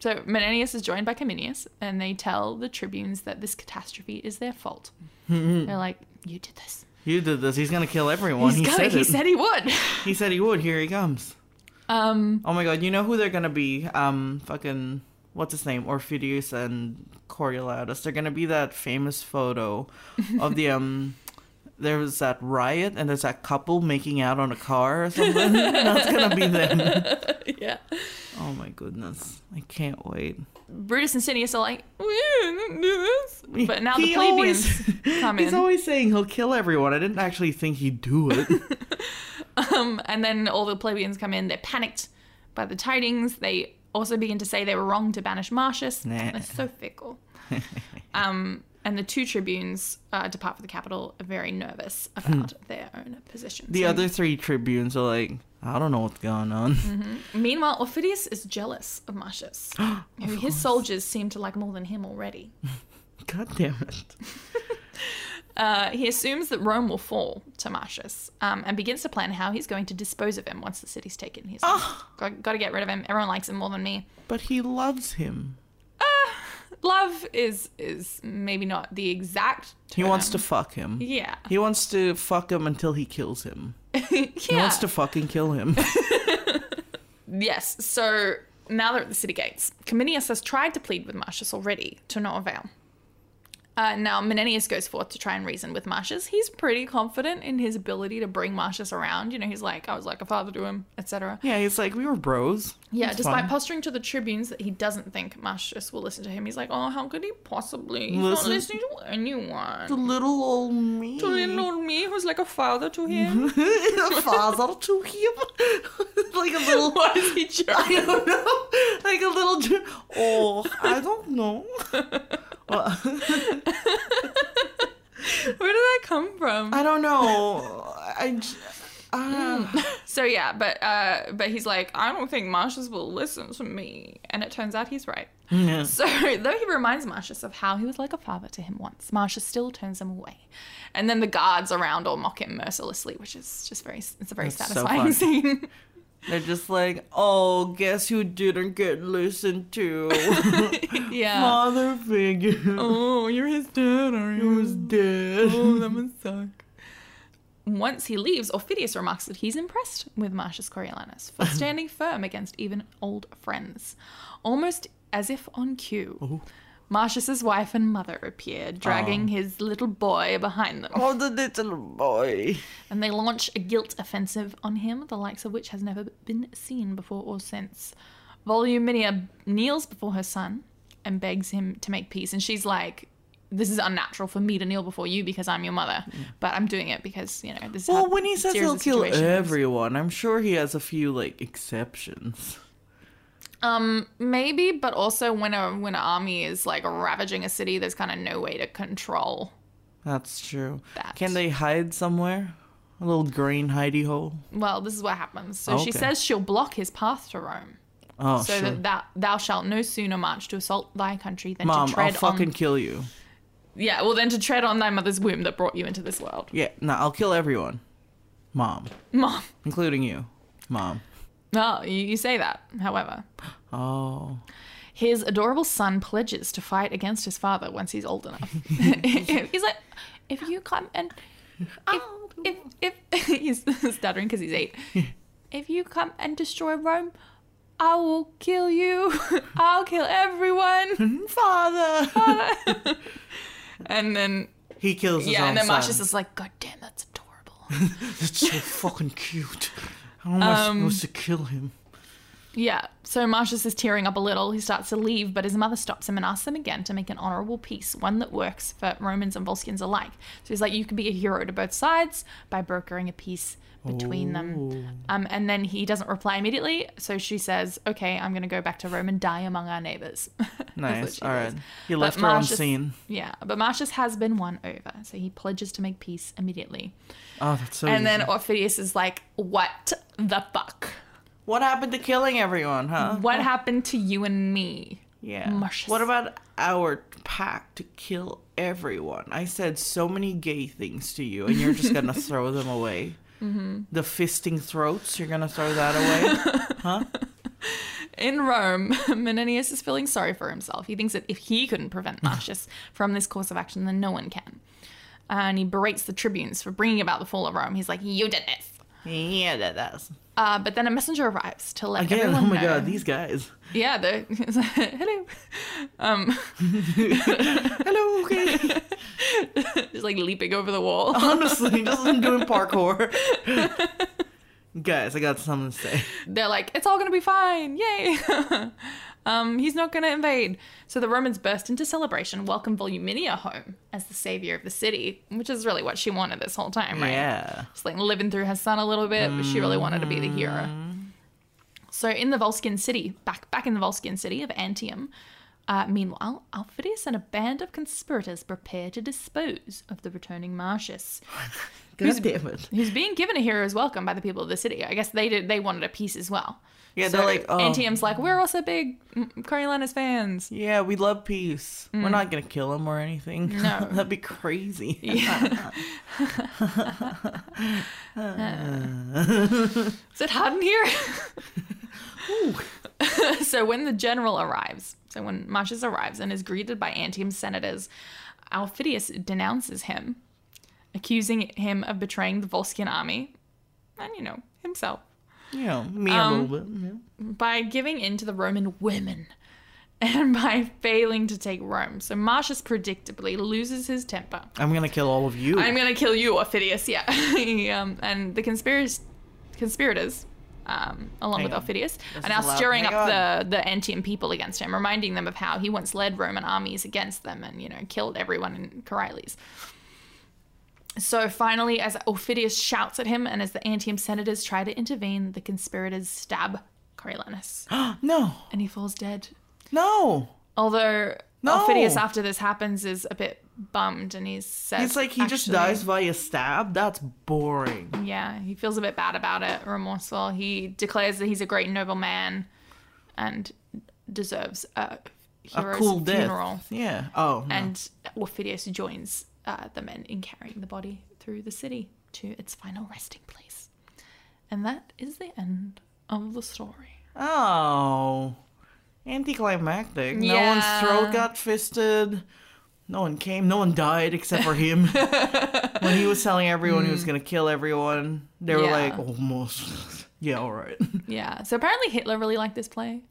Speaker 2: So Menenius is joined by Cominius, and they tell the tribunes that this catastrophe is their fault. They're like, "You did this."
Speaker 1: you did this. He's going to kill everyone.
Speaker 2: He's
Speaker 1: he,
Speaker 2: got
Speaker 1: said
Speaker 2: it. He
Speaker 1: it.
Speaker 2: said he would.
Speaker 1: he said he would. Here he comes.
Speaker 2: Um,
Speaker 1: Oh my god, you know who they're going to be? Um, fucking, what's his name? Orpheus and Coriolanus. They're going to be that famous photo of the, um, there was that riot and there's that couple making out on a car or something. that's going to be them.
Speaker 2: yeah.
Speaker 1: Oh my goodness. I can't wait.
Speaker 2: Brutus and Cineas are like, "We didn't do this," but now the
Speaker 1: He
Speaker 2: plebeians
Speaker 1: always-
Speaker 2: come
Speaker 1: He's
Speaker 2: in.
Speaker 1: always saying he'll kill everyone. I didn't actually think he'd do it.
Speaker 2: Um, and then all the plebeians come in. They're panicked by the tidings. They also begin to say they were wrong to banish Marcius.
Speaker 1: Nah.
Speaker 2: They're so fickle. um, and the two tribunes uh, depart for the capital, very nervous about their own position.
Speaker 1: Hmm. the
Speaker 2: So-
Speaker 1: other three tribunes are like, I don't know what's going on.
Speaker 2: Mm-hmm. Meanwhile, Orpheus is jealous of Marcius, who his soldiers seem to like more than him already.
Speaker 1: God damn it.
Speaker 2: Uh, he assumes that Rome will fall to Marcius um, and begins to plan how he's going to dispose of him once the city's taken. He's
Speaker 1: Ah!
Speaker 2: like, got, got to get rid of him. Everyone likes him more than me.
Speaker 1: But he loves him.
Speaker 2: love is is maybe not the exact
Speaker 1: He wants to
Speaker 2: term.
Speaker 1: fuck him.
Speaker 2: yeah
Speaker 1: He wants to fuck him until he kills him. He
Speaker 2: Yeah.
Speaker 1: wants to fucking kill him.
Speaker 2: yes so now they're at the city gates cominius has tried to plead with marcius already to no avail uh, now menenius goes forth to try and reason with marcius he's pretty confident in his ability to bring marcius around you know he's like i was like a father to him etc
Speaker 1: yeah, he's like, we were bros.
Speaker 2: yeah
Speaker 1: It's
Speaker 2: despite
Speaker 1: fine.
Speaker 2: posturing to the tribunes that he doesn't think marcius will listen to him he's like oh how could he possibly he's
Speaker 1: Listen-
Speaker 2: not listening to anyone
Speaker 1: To little old me.
Speaker 2: to little old me who's like a father to him
Speaker 1: Mm-hmm. father to him. like a little.
Speaker 2: Why is he joking?
Speaker 1: I don't know. Like a little. Dr- oh, I don't know. Well,
Speaker 2: Where did that come from?
Speaker 1: I don't know. I. j- Uh,
Speaker 2: So yeah, but uh, but he's like, I don't think Marcius will listen to me, and it turns out he's right.
Speaker 1: yeah.
Speaker 2: So though he reminds Marcius of how he was like a father to him once, Marcius still turns him away, and then the guards around all mock him mercilessly, which is just very it's a very
Speaker 1: That's so
Speaker 2: satisfying
Speaker 1: fun.
Speaker 2: scene.
Speaker 1: They're just like, oh, guess who didn't get listened to?
Speaker 2: yeah.
Speaker 1: Mother figure
Speaker 2: Oh, you're his dad, are you?
Speaker 1: was dead.
Speaker 2: that must suck. Once he leaves, Orpheus remarks that he's impressed with Marcius Coriolanus for standing firm against even old friends, almost as if on cue. Marcius's wife and mother appeared, dragging his little boy behind them.
Speaker 1: Oh, the little boy.
Speaker 2: And they launch a guilt offensive on him, the likes of which has never been seen before or since. Voluminia kneels before her son and begs him to make peace. And she's like, This is unnatural for me to kneel before you because I'm your mother. But I'm doing it because, you know, this is
Speaker 1: Well,
Speaker 2: how
Speaker 1: when he says
Speaker 2: serious
Speaker 1: he'll
Speaker 2: the
Speaker 1: kill
Speaker 2: situation is."
Speaker 1: everyone, I'm sure he has a few like exceptions.
Speaker 2: Um, maybe, but also when a when an army is like ravaging a city, there's kind of no way to control
Speaker 1: That's true.
Speaker 2: that.
Speaker 1: Can they hide somewhere? A little green hidey hole.
Speaker 2: Well, this is what happens. So
Speaker 1: Okay.
Speaker 2: she says she'll block his path to Rome,
Speaker 1: Oh,
Speaker 2: so
Speaker 1: sure.
Speaker 2: that thou, thou shalt no sooner march to assault thy country than
Speaker 1: Mom,
Speaker 2: to
Speaker 1: I'll
Speaker 2: tread
Speaker 1: fucking
Speaker 2: on.
Speaker 1: kill you.
Speaker 2: Yeah, well, then to tread on thy mother's womb that brought you into this world,
Speaker 1: Yeah, no, I'll kill everyone. Mom,
Speaker 2: mom.
Speaker 1: including you. Mom.
Speaker 2: No, you, you say that. However,
Speaker 1: Oh.
Speaker 2: his adorable son pledges to fight against his father once he's old enough. he's like, if you come and if if, if he's stuttering because he's eight. if you come and destroy Rome, I will kill you. I'll kill everyone.
Speaker 1: Father.
Speaker 2: and then
Speaker 1: he kills his
Speaker 2: yeah,
Speaker 1: own
Speaker 2: and then
Speaker 1: son.
Speaker 2: Marcius is like, God damn, that's adorable.
Speaker 1: That's so fucking cute. How am I
Speaker 2: Um,
Speaker 1: supposed to kill him?
Speaker 2: yeah. So Marcius is tearing up a little. He starts to leave, but his mother stops him and asks them again to make an honorable peace, one that works for Romans and Volscians alike. So he's like, you can be a hero to both sides by brokering a peace between them. Um, and then he doesn't reply immediately. So she says, okay, I'm going to go back to Rome and die among our neighbors. That's what
Speaker 1: Nice.
Speaker 2: she
Speaker 1: All right.
Speaker 2: does.
Speaker 1: He
Speaker 2: But
Speaker 1: left her on
Speaker 2: Marcius-
Speaker 1: scene.
Speaker 2: Yeah, but Marcius has been won over, so he pledges to make peace immediately.
Speaker 1: Oh, that's so.
Speaker 2: And then
Speaker 1: easy.
Speaker 2: Orpheus is like, What the fuck?
Speaker 1: what happened to killing everyone, huh?
Speaker 2: What happened to you and me?
Speaker 1: Yeah.
Speaker 2: Marcius.
Speaker 1: What about our pact to kill everyone? I said so many gay things to you, and you're just gonna throw them away. The fisting throats, you're gonna throw that away.
Speaker 2: In Rome, Menenius is feeling sorry for himself. He thinks that if he couldn't prevent Marcius from this course of action, then no one can. And he berates the tribunes for bringing about the fall of Rome. He's like, You did this.
Speaker 1: yeah, that does.
Speaker 2: Uh, but then a messenger arrives to let
Speaker 1: Again,
Speaker 2: everyone
Speaker 1: oh my
Speaker 2: know.
Speaker 1: god, these guys.
Speaker 2: yeah, they're hello. Um,
Speaker 1: Hello, okay.
Speaker 2: just like leaping over the wall.
Speaker 1: Honestly, just them doing parkour. guys, I got something to say.
Speaker 2: they're like, it's all gonna be fine, yay! um, he's not gonna invade. So the Romans burst into celebration, welcome Voluminia home as the savior of the city, which is really what she wanted this whole time, right?
Speaker 1: Yeah.
Speaker 2: Just like living through her son a little bit, but she really wanted to be the hero. So in the Volscian city, back back in the Volscian city of Antium, uh, meanwhile, Alphidius and a band of conspirators prepare to dispose of the returning Marcius.
Speaker 1: God damn it.
Speaker 2: Who's being given a hero's welcome by the people of the city. I guess they did. They wanted a piece as well.
Speaker 1: Yeah, they're like, oh.
Speaker 2: NTM's like, we're also big mm, Coriolanus fans.
Speaker 1: Yeah, we love peace. We're not gonna kill him or anything.
Speaker 2: No.
Speaker 1: that'd be crazy.
Speaker 2: Is it hot in here? so when the general arrives, so when Marcius arrives and is greeted by Antium senators, Alphidius denounces him, accusing him of betraying the Volscian army, and you know himself.
Speaker 1: Yeah, me a
Speaker 2: Um,
Speaker 1: little bit. yeah.
Speaker 2: by giving in to the Roman women and by failing to take Rome. So Marcius predictably loses his temper.
Speaker 1: I'm gonna kill all of you.
Speaker 2: I'm gonna kill you, Ophidius. Yeah, He, um, and the conspirators, conspirators, um, along with
Speaker 1: on.
Speaker 2: Ophidius, are
Speaker 1: is
Speaker 2: now
Speaker 1: allowed.
Speaker 2: stirring
Speaker 1: Hang
Speaker 2: up the the Antium people against him, reminding them of how he once led Roman armies against them and you know killed everyone in Corylles. So finally, as Ophidius shouts at him, and as the Antium senators try to intervene, the conspirators stab Coriolanus,
Speaker 1: no,
Speaker 2: and he falls dead.
Speaker 1: no.
Speaker 2: Although
Speaker 1: No.
Speaker 2: Ophidius, after this happens, is a bit bummed, and he says,
Speaker 1: It's like he just
Speaker 2: "Actually,
Speaker 1: dies via stab. That's boring.
Speaker 2: Yeah, he feels a bit bad about it, remorseful. He declares that he's a great noble man and deserves a
Speaker 1: A
Speaker 2: hero's
Speaker 1: cool death.
Speaker 2: funeral.
Speaker 1: Yeah. Oh. no.
Speaker 2: And Orpheus joins uh, the men in carrying the body through the city to its final resting place. And that is the end of the story.
Speaker 1: Oh. Anticlimactic. No one's
Speaker 2: Yeah.
Speaker 1: throat got fisted. No one came. No one died except for him. when he was telling everyone he was gonna kill everyone, they were
Speaker 2: Mm. Yeah.
Speaker 1: like, almost. yeah. All right.
Speaker 2: Yeah. So apparently Hitler really liked this play.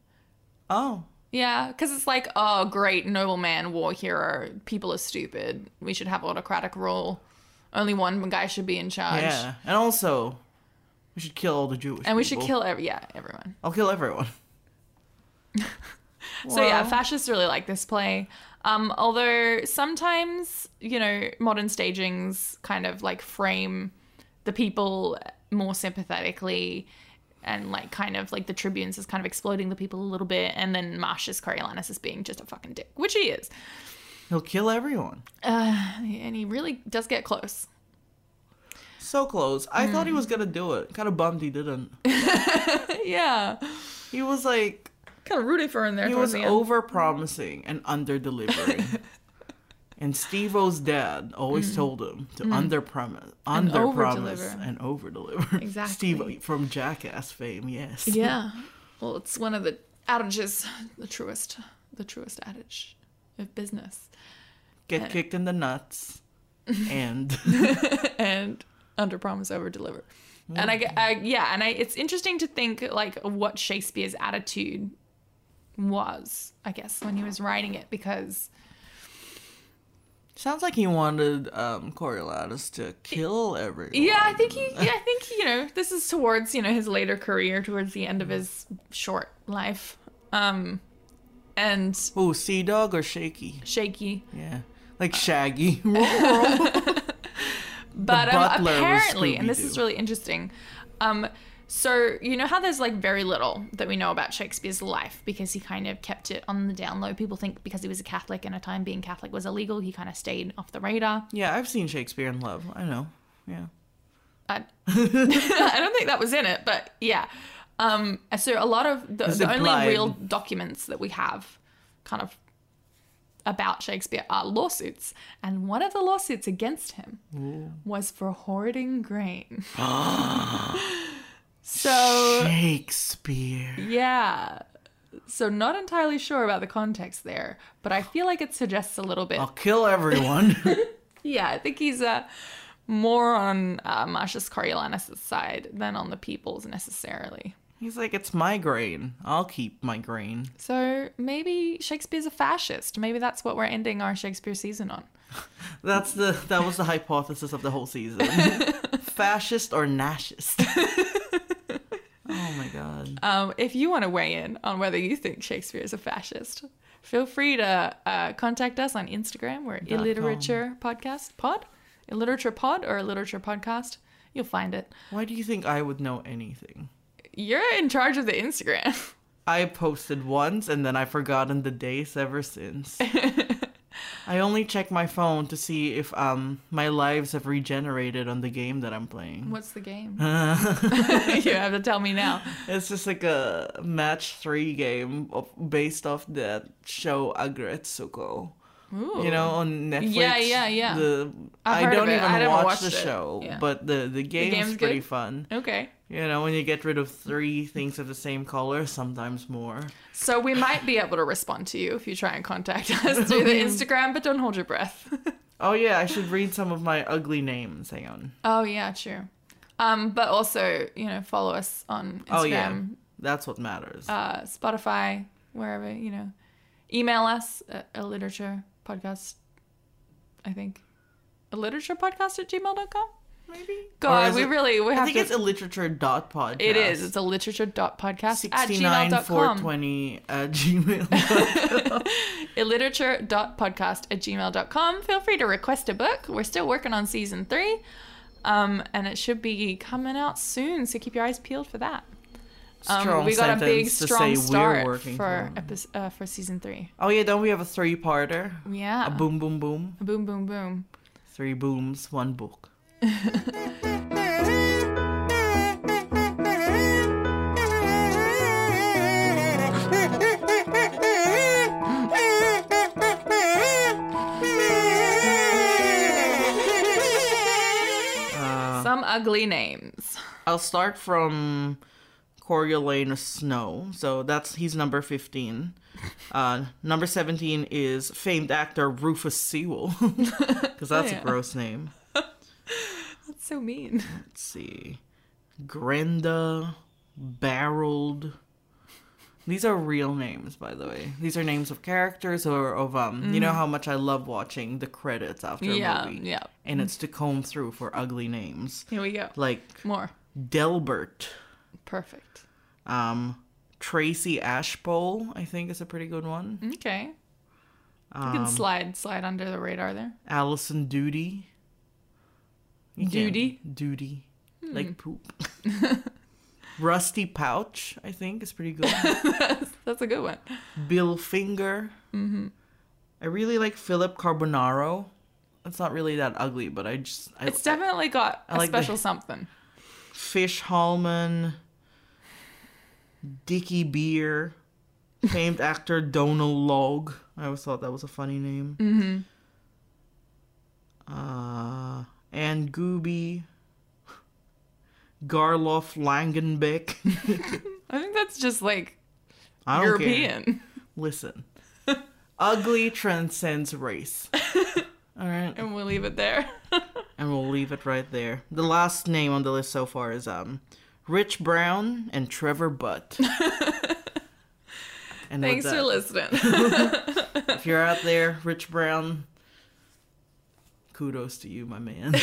Speaker 1: Oh.
Speaker 2: Yeah, because it's like, oh, great, nobleman, war hero. People are stupid. We should have autocratic rule. Only one guy should be in charge.
Speaker 1: Yeah, and also, we should kill all the Jewish.
Speaker 2: And we should
Speaker 1: people.
Speaker 2: kill every yeah everyone.
Speaker 1: I'll kill everyone.
Speaker 2: So yeah,
Speaker 1: Well-
Speaker 2: fascists really like this play. Um, although sometimes you know modern stagings kind of like frame the people more sympathetically, and like kind of like the tribunes is kind of exploiting the people a little bit, and then Marcius Coriolanus is being just a fucking dick, which he is,
Speaker 1: He'll kill everyone.
Speaker 2: uh, and he really does get close.
Speaker 1: So close. I thought
Speaker 2: Mm.
Speaker 1: he was gonna do it. Kind of bummed he didn't.
Speaker 2: yeah,
Speaker 1: He was like,
Speaker 2: kind of rooted for him there.
Speaker 1: he
Speaker 2: towards
Speaker 1: was
Speaker 2: the end.
Speaker 1: over promising and under delivering. and Steve O's dad always told him to under promise, under promise,
Speaker 2: Mm. over-deliver.
Speaker 1: and over deliver.
Speaker 2: Exactly.
Speaker 1: Steve from Jackass fame, yes.
Speaker 2: Yeah. Well, it's one of the adages, the truest, the truest adage of business.
Speaker 1: Get kicked in the nuts. And
Speaker 2: and under promise over deliver. And I, I yeah, and I it's interesting to think like of what Shakespeare's attitude was, I guess, when he was writing it because
Speaker 1: sounds like he wanted um, Coriolanus to kill everyone.
Speaker 2: yeah, I think he yeah, I think you know, this is towards, you know, his later career towards the end of his short life. Um and
Speaker 1: Ooh, Sea Dog or Shaky?
Speaker 2: shaky.
Speaker 1: Yeah. Like Shaggy.
Speaker 2: Uh, but um,
Speaker 1: butler was
Speaker 2: apparently, and this is
Speaker 1: Scooby-Doo.
Speaker 2: really interesting. Um, so you know how there's like very little that we know about Shakespeare's life because he kind of kept it on the down low. People think because he was a Catholic and a time being Catholic was illegal, he kind of stayed off the radar.
Speaker 1: yeah, I've seen Shakespeare in Love. I know. Yeah.
Speaker 2: I, I don't think that was in it, but yeah. Um, and so a lot of the,
Speaker 1: It's
Speaker 2: the only
Speaker 1: implied.
Speaker 2: real documents that we have, kind of about Shakespeare, are lawsuits, and one of the lawsuits against him was for hoarding grain.
Speaker 1: Uh,
Speaker 2: so
Speaker 1: Shakespeare.
Speaker 2: yeah. So not entirely sure about the context there, but I feel like it suggests a little bit.
Speaker 1: I'll kill everyone.
Speaker 2: Yeah, I think he's uh, more on uh, Marcius Coriolanus' side than on the people's necessarily.
Speaker 1: He's like, it's my grain. I'll keep my grain.
Speaker 2: So maybe Shakespeare's a fascist. Maybe that's what we're ending our Shakespeare season on.
Speaker 1: That's the that was the hypothesis of the whole season. Fascist or nashist. oh my god.
Speaker 2: Um, if you want to weigh in on whether you think Shakespeare is a fascist, feel free to uh, contact us on Instagram. We're
Speaker 1: com.
Speaker 2: illiterature podcast pod, illiterature pod or illiterature podcast. You'll find it.
Speaker 1: Why do you think I would know anything?
Speaker 2: You're in charge of the Instagram.
Speaker 1: I posted once and then I've forgotten the dates ever since. I only check my phone to see if um my lives have regenerated on the game that I'm playing.
Speaker 2: What's the game? you have to tell me now.
Speaker 1: It's just like a match three game of, based off that show Agretsuko.
Speaker 2: Ooh.
Speaker 1: you know, on Netflix.
Speaker 2: Yeah, yeah, yeah.
Speaker 1: The
Speaker 2: I've
Speaker 1: I
Speaker 2: heard of
Speaker 1: don't
Speaker 2: it.
Speaker 1: even
Speaker 2: I haven't
Speaker 1: watch
Speaker 2: watched
Speaker 1: the
Speaker 2: it.
Speaker 1: show,
Speaker 2: Yeah.
Speaker 1: but the the game's,
Speaker 2: game's
Speaker 1: pretty
Speaker 2: good?
Speaker 1: fun.
Speaker 2: Okay.
Speaker 1: You know, when you get rid of three things of the same color, sometimes more.
Speaker 2: So we might be able to respond to you if you try and contact us through the Instagram, but don't hold your breath.
Speaker 1: Oh yeah, I should read some of my ugly names. Hang on.
Speaker 2: oh yeah, true. Um, but also, you know, follow us on Instagram,
Speaker 1: Oh yeah, that's what matters.
Speaker 2: uh, Spotify, wherever, you know. Email us at a literature podcast, I think. A literature podcast at gmail.com?
Speaker 1: Maybe.
Speaker 2: God,
Speaker 1: is
Speaker 2: we
Speaker 1: it-
Speaker 2: really we
Speaker 1: I
Speaker 2: have
Speaker 1: think
Speaker 2: to
Speaker 1: it's a literature dot podcast.
Speaker 2: it is. It's a literature.podcast at
Speaker 1: 69
Speaker 2: gmail.com.
Speaker 1: 420 at gmail.
Speaker 2: illiterature.podcast at gmail.com. Feel free to request a book. We're still working on season three, um, and it should be coming out soon, so keep your eyes peeled for that. Um,
Speaker 1: Strong
Speaker 2: we got a big,
Speaker 1: sentence to
Speaker 2: strong
Speaker 1: say we're
Speaker 2: start
Speaker 1: working
Speaker 2: for,
Speaker 1: on.
Speaker 2: epi- uh, for season three.
Speaker 1: oh yeah, don't we have a three parter?
Speaker 2: Yeah.
Speaker 1: A boom, boom, boom.
Speaker 2: boom, boom, boom.
Speaker 1: Three booms, one book. Uh,
Speaker 2: Some ugly names.
Speaker 1: I'll start from Coriolanus Snow. So that's he's number fifteen. Uh, number seventeen is famed actor Rufus Sewell, because that's
Speaker 2: Oh, Yeah.
Speaker 1: a gross name.
Speaker 2: That's so mean.
Speaker 1: Let's see, Grenda Barreled. These are real names, by the way. These are names of characters or of um. You know how much I love watching the credits after a
Speaker 2: Mm. Yeah,
Speaker 1: movie.
Speaker 2: yeah.
Speaker 1: And it's to comb through for ugly names
Speaker 2: Here we go.
Speaker 1: like
Speaker 2: More.
Speaker 1: Delbert,
Speaker 2: Perfect.
Speaker 1: um, Tracy Ashpole. I think is a pretty good one.
Speaker 2: Okay. you
Speaker 1: Um,
Speaker 2: can slide slide under the radar there.
Speaker 1: Allison Duty. You can't-
Speaker 2: Duty? Hmm.
Speaker 1: Duty. Like poop. Rusty Pouch, I think, is pretty good.
Speaker 2: That's a good one.
Speaker 1: Bill Finger. Mm-hmm. I really like Philip Carbonaro. It's not really that ugly, but I just I,
Speaker 2: It's definitely got
Speaker 1: I
Speaker 2: a
Speaker 1: like the-
Speaker 2: special something.
Speaker 1: Fish Hallman, Dickie Beer, famed actor Donald Log. I always thought that was a funny name. Mm-hmm. Uh, and Gooby, Garloff Langenbeck.
Speaker 2: I think that's just like
Speaker 1: I don't care.
Speaker 2: European.
Speaker 1: Listen, ugly transcends race. All right,
Speaker 2: And we'll leave it there.
Speaker 1: and we'll leave it right there. The last name on the list so far is um, Rich Brown and Trevor Butt. and with
Speaker 2: Thanks for
Speaker 1: that,
Speaker 2: listening.
Speaker 1: if you're out there, Rich Brown, kudos to you, my man.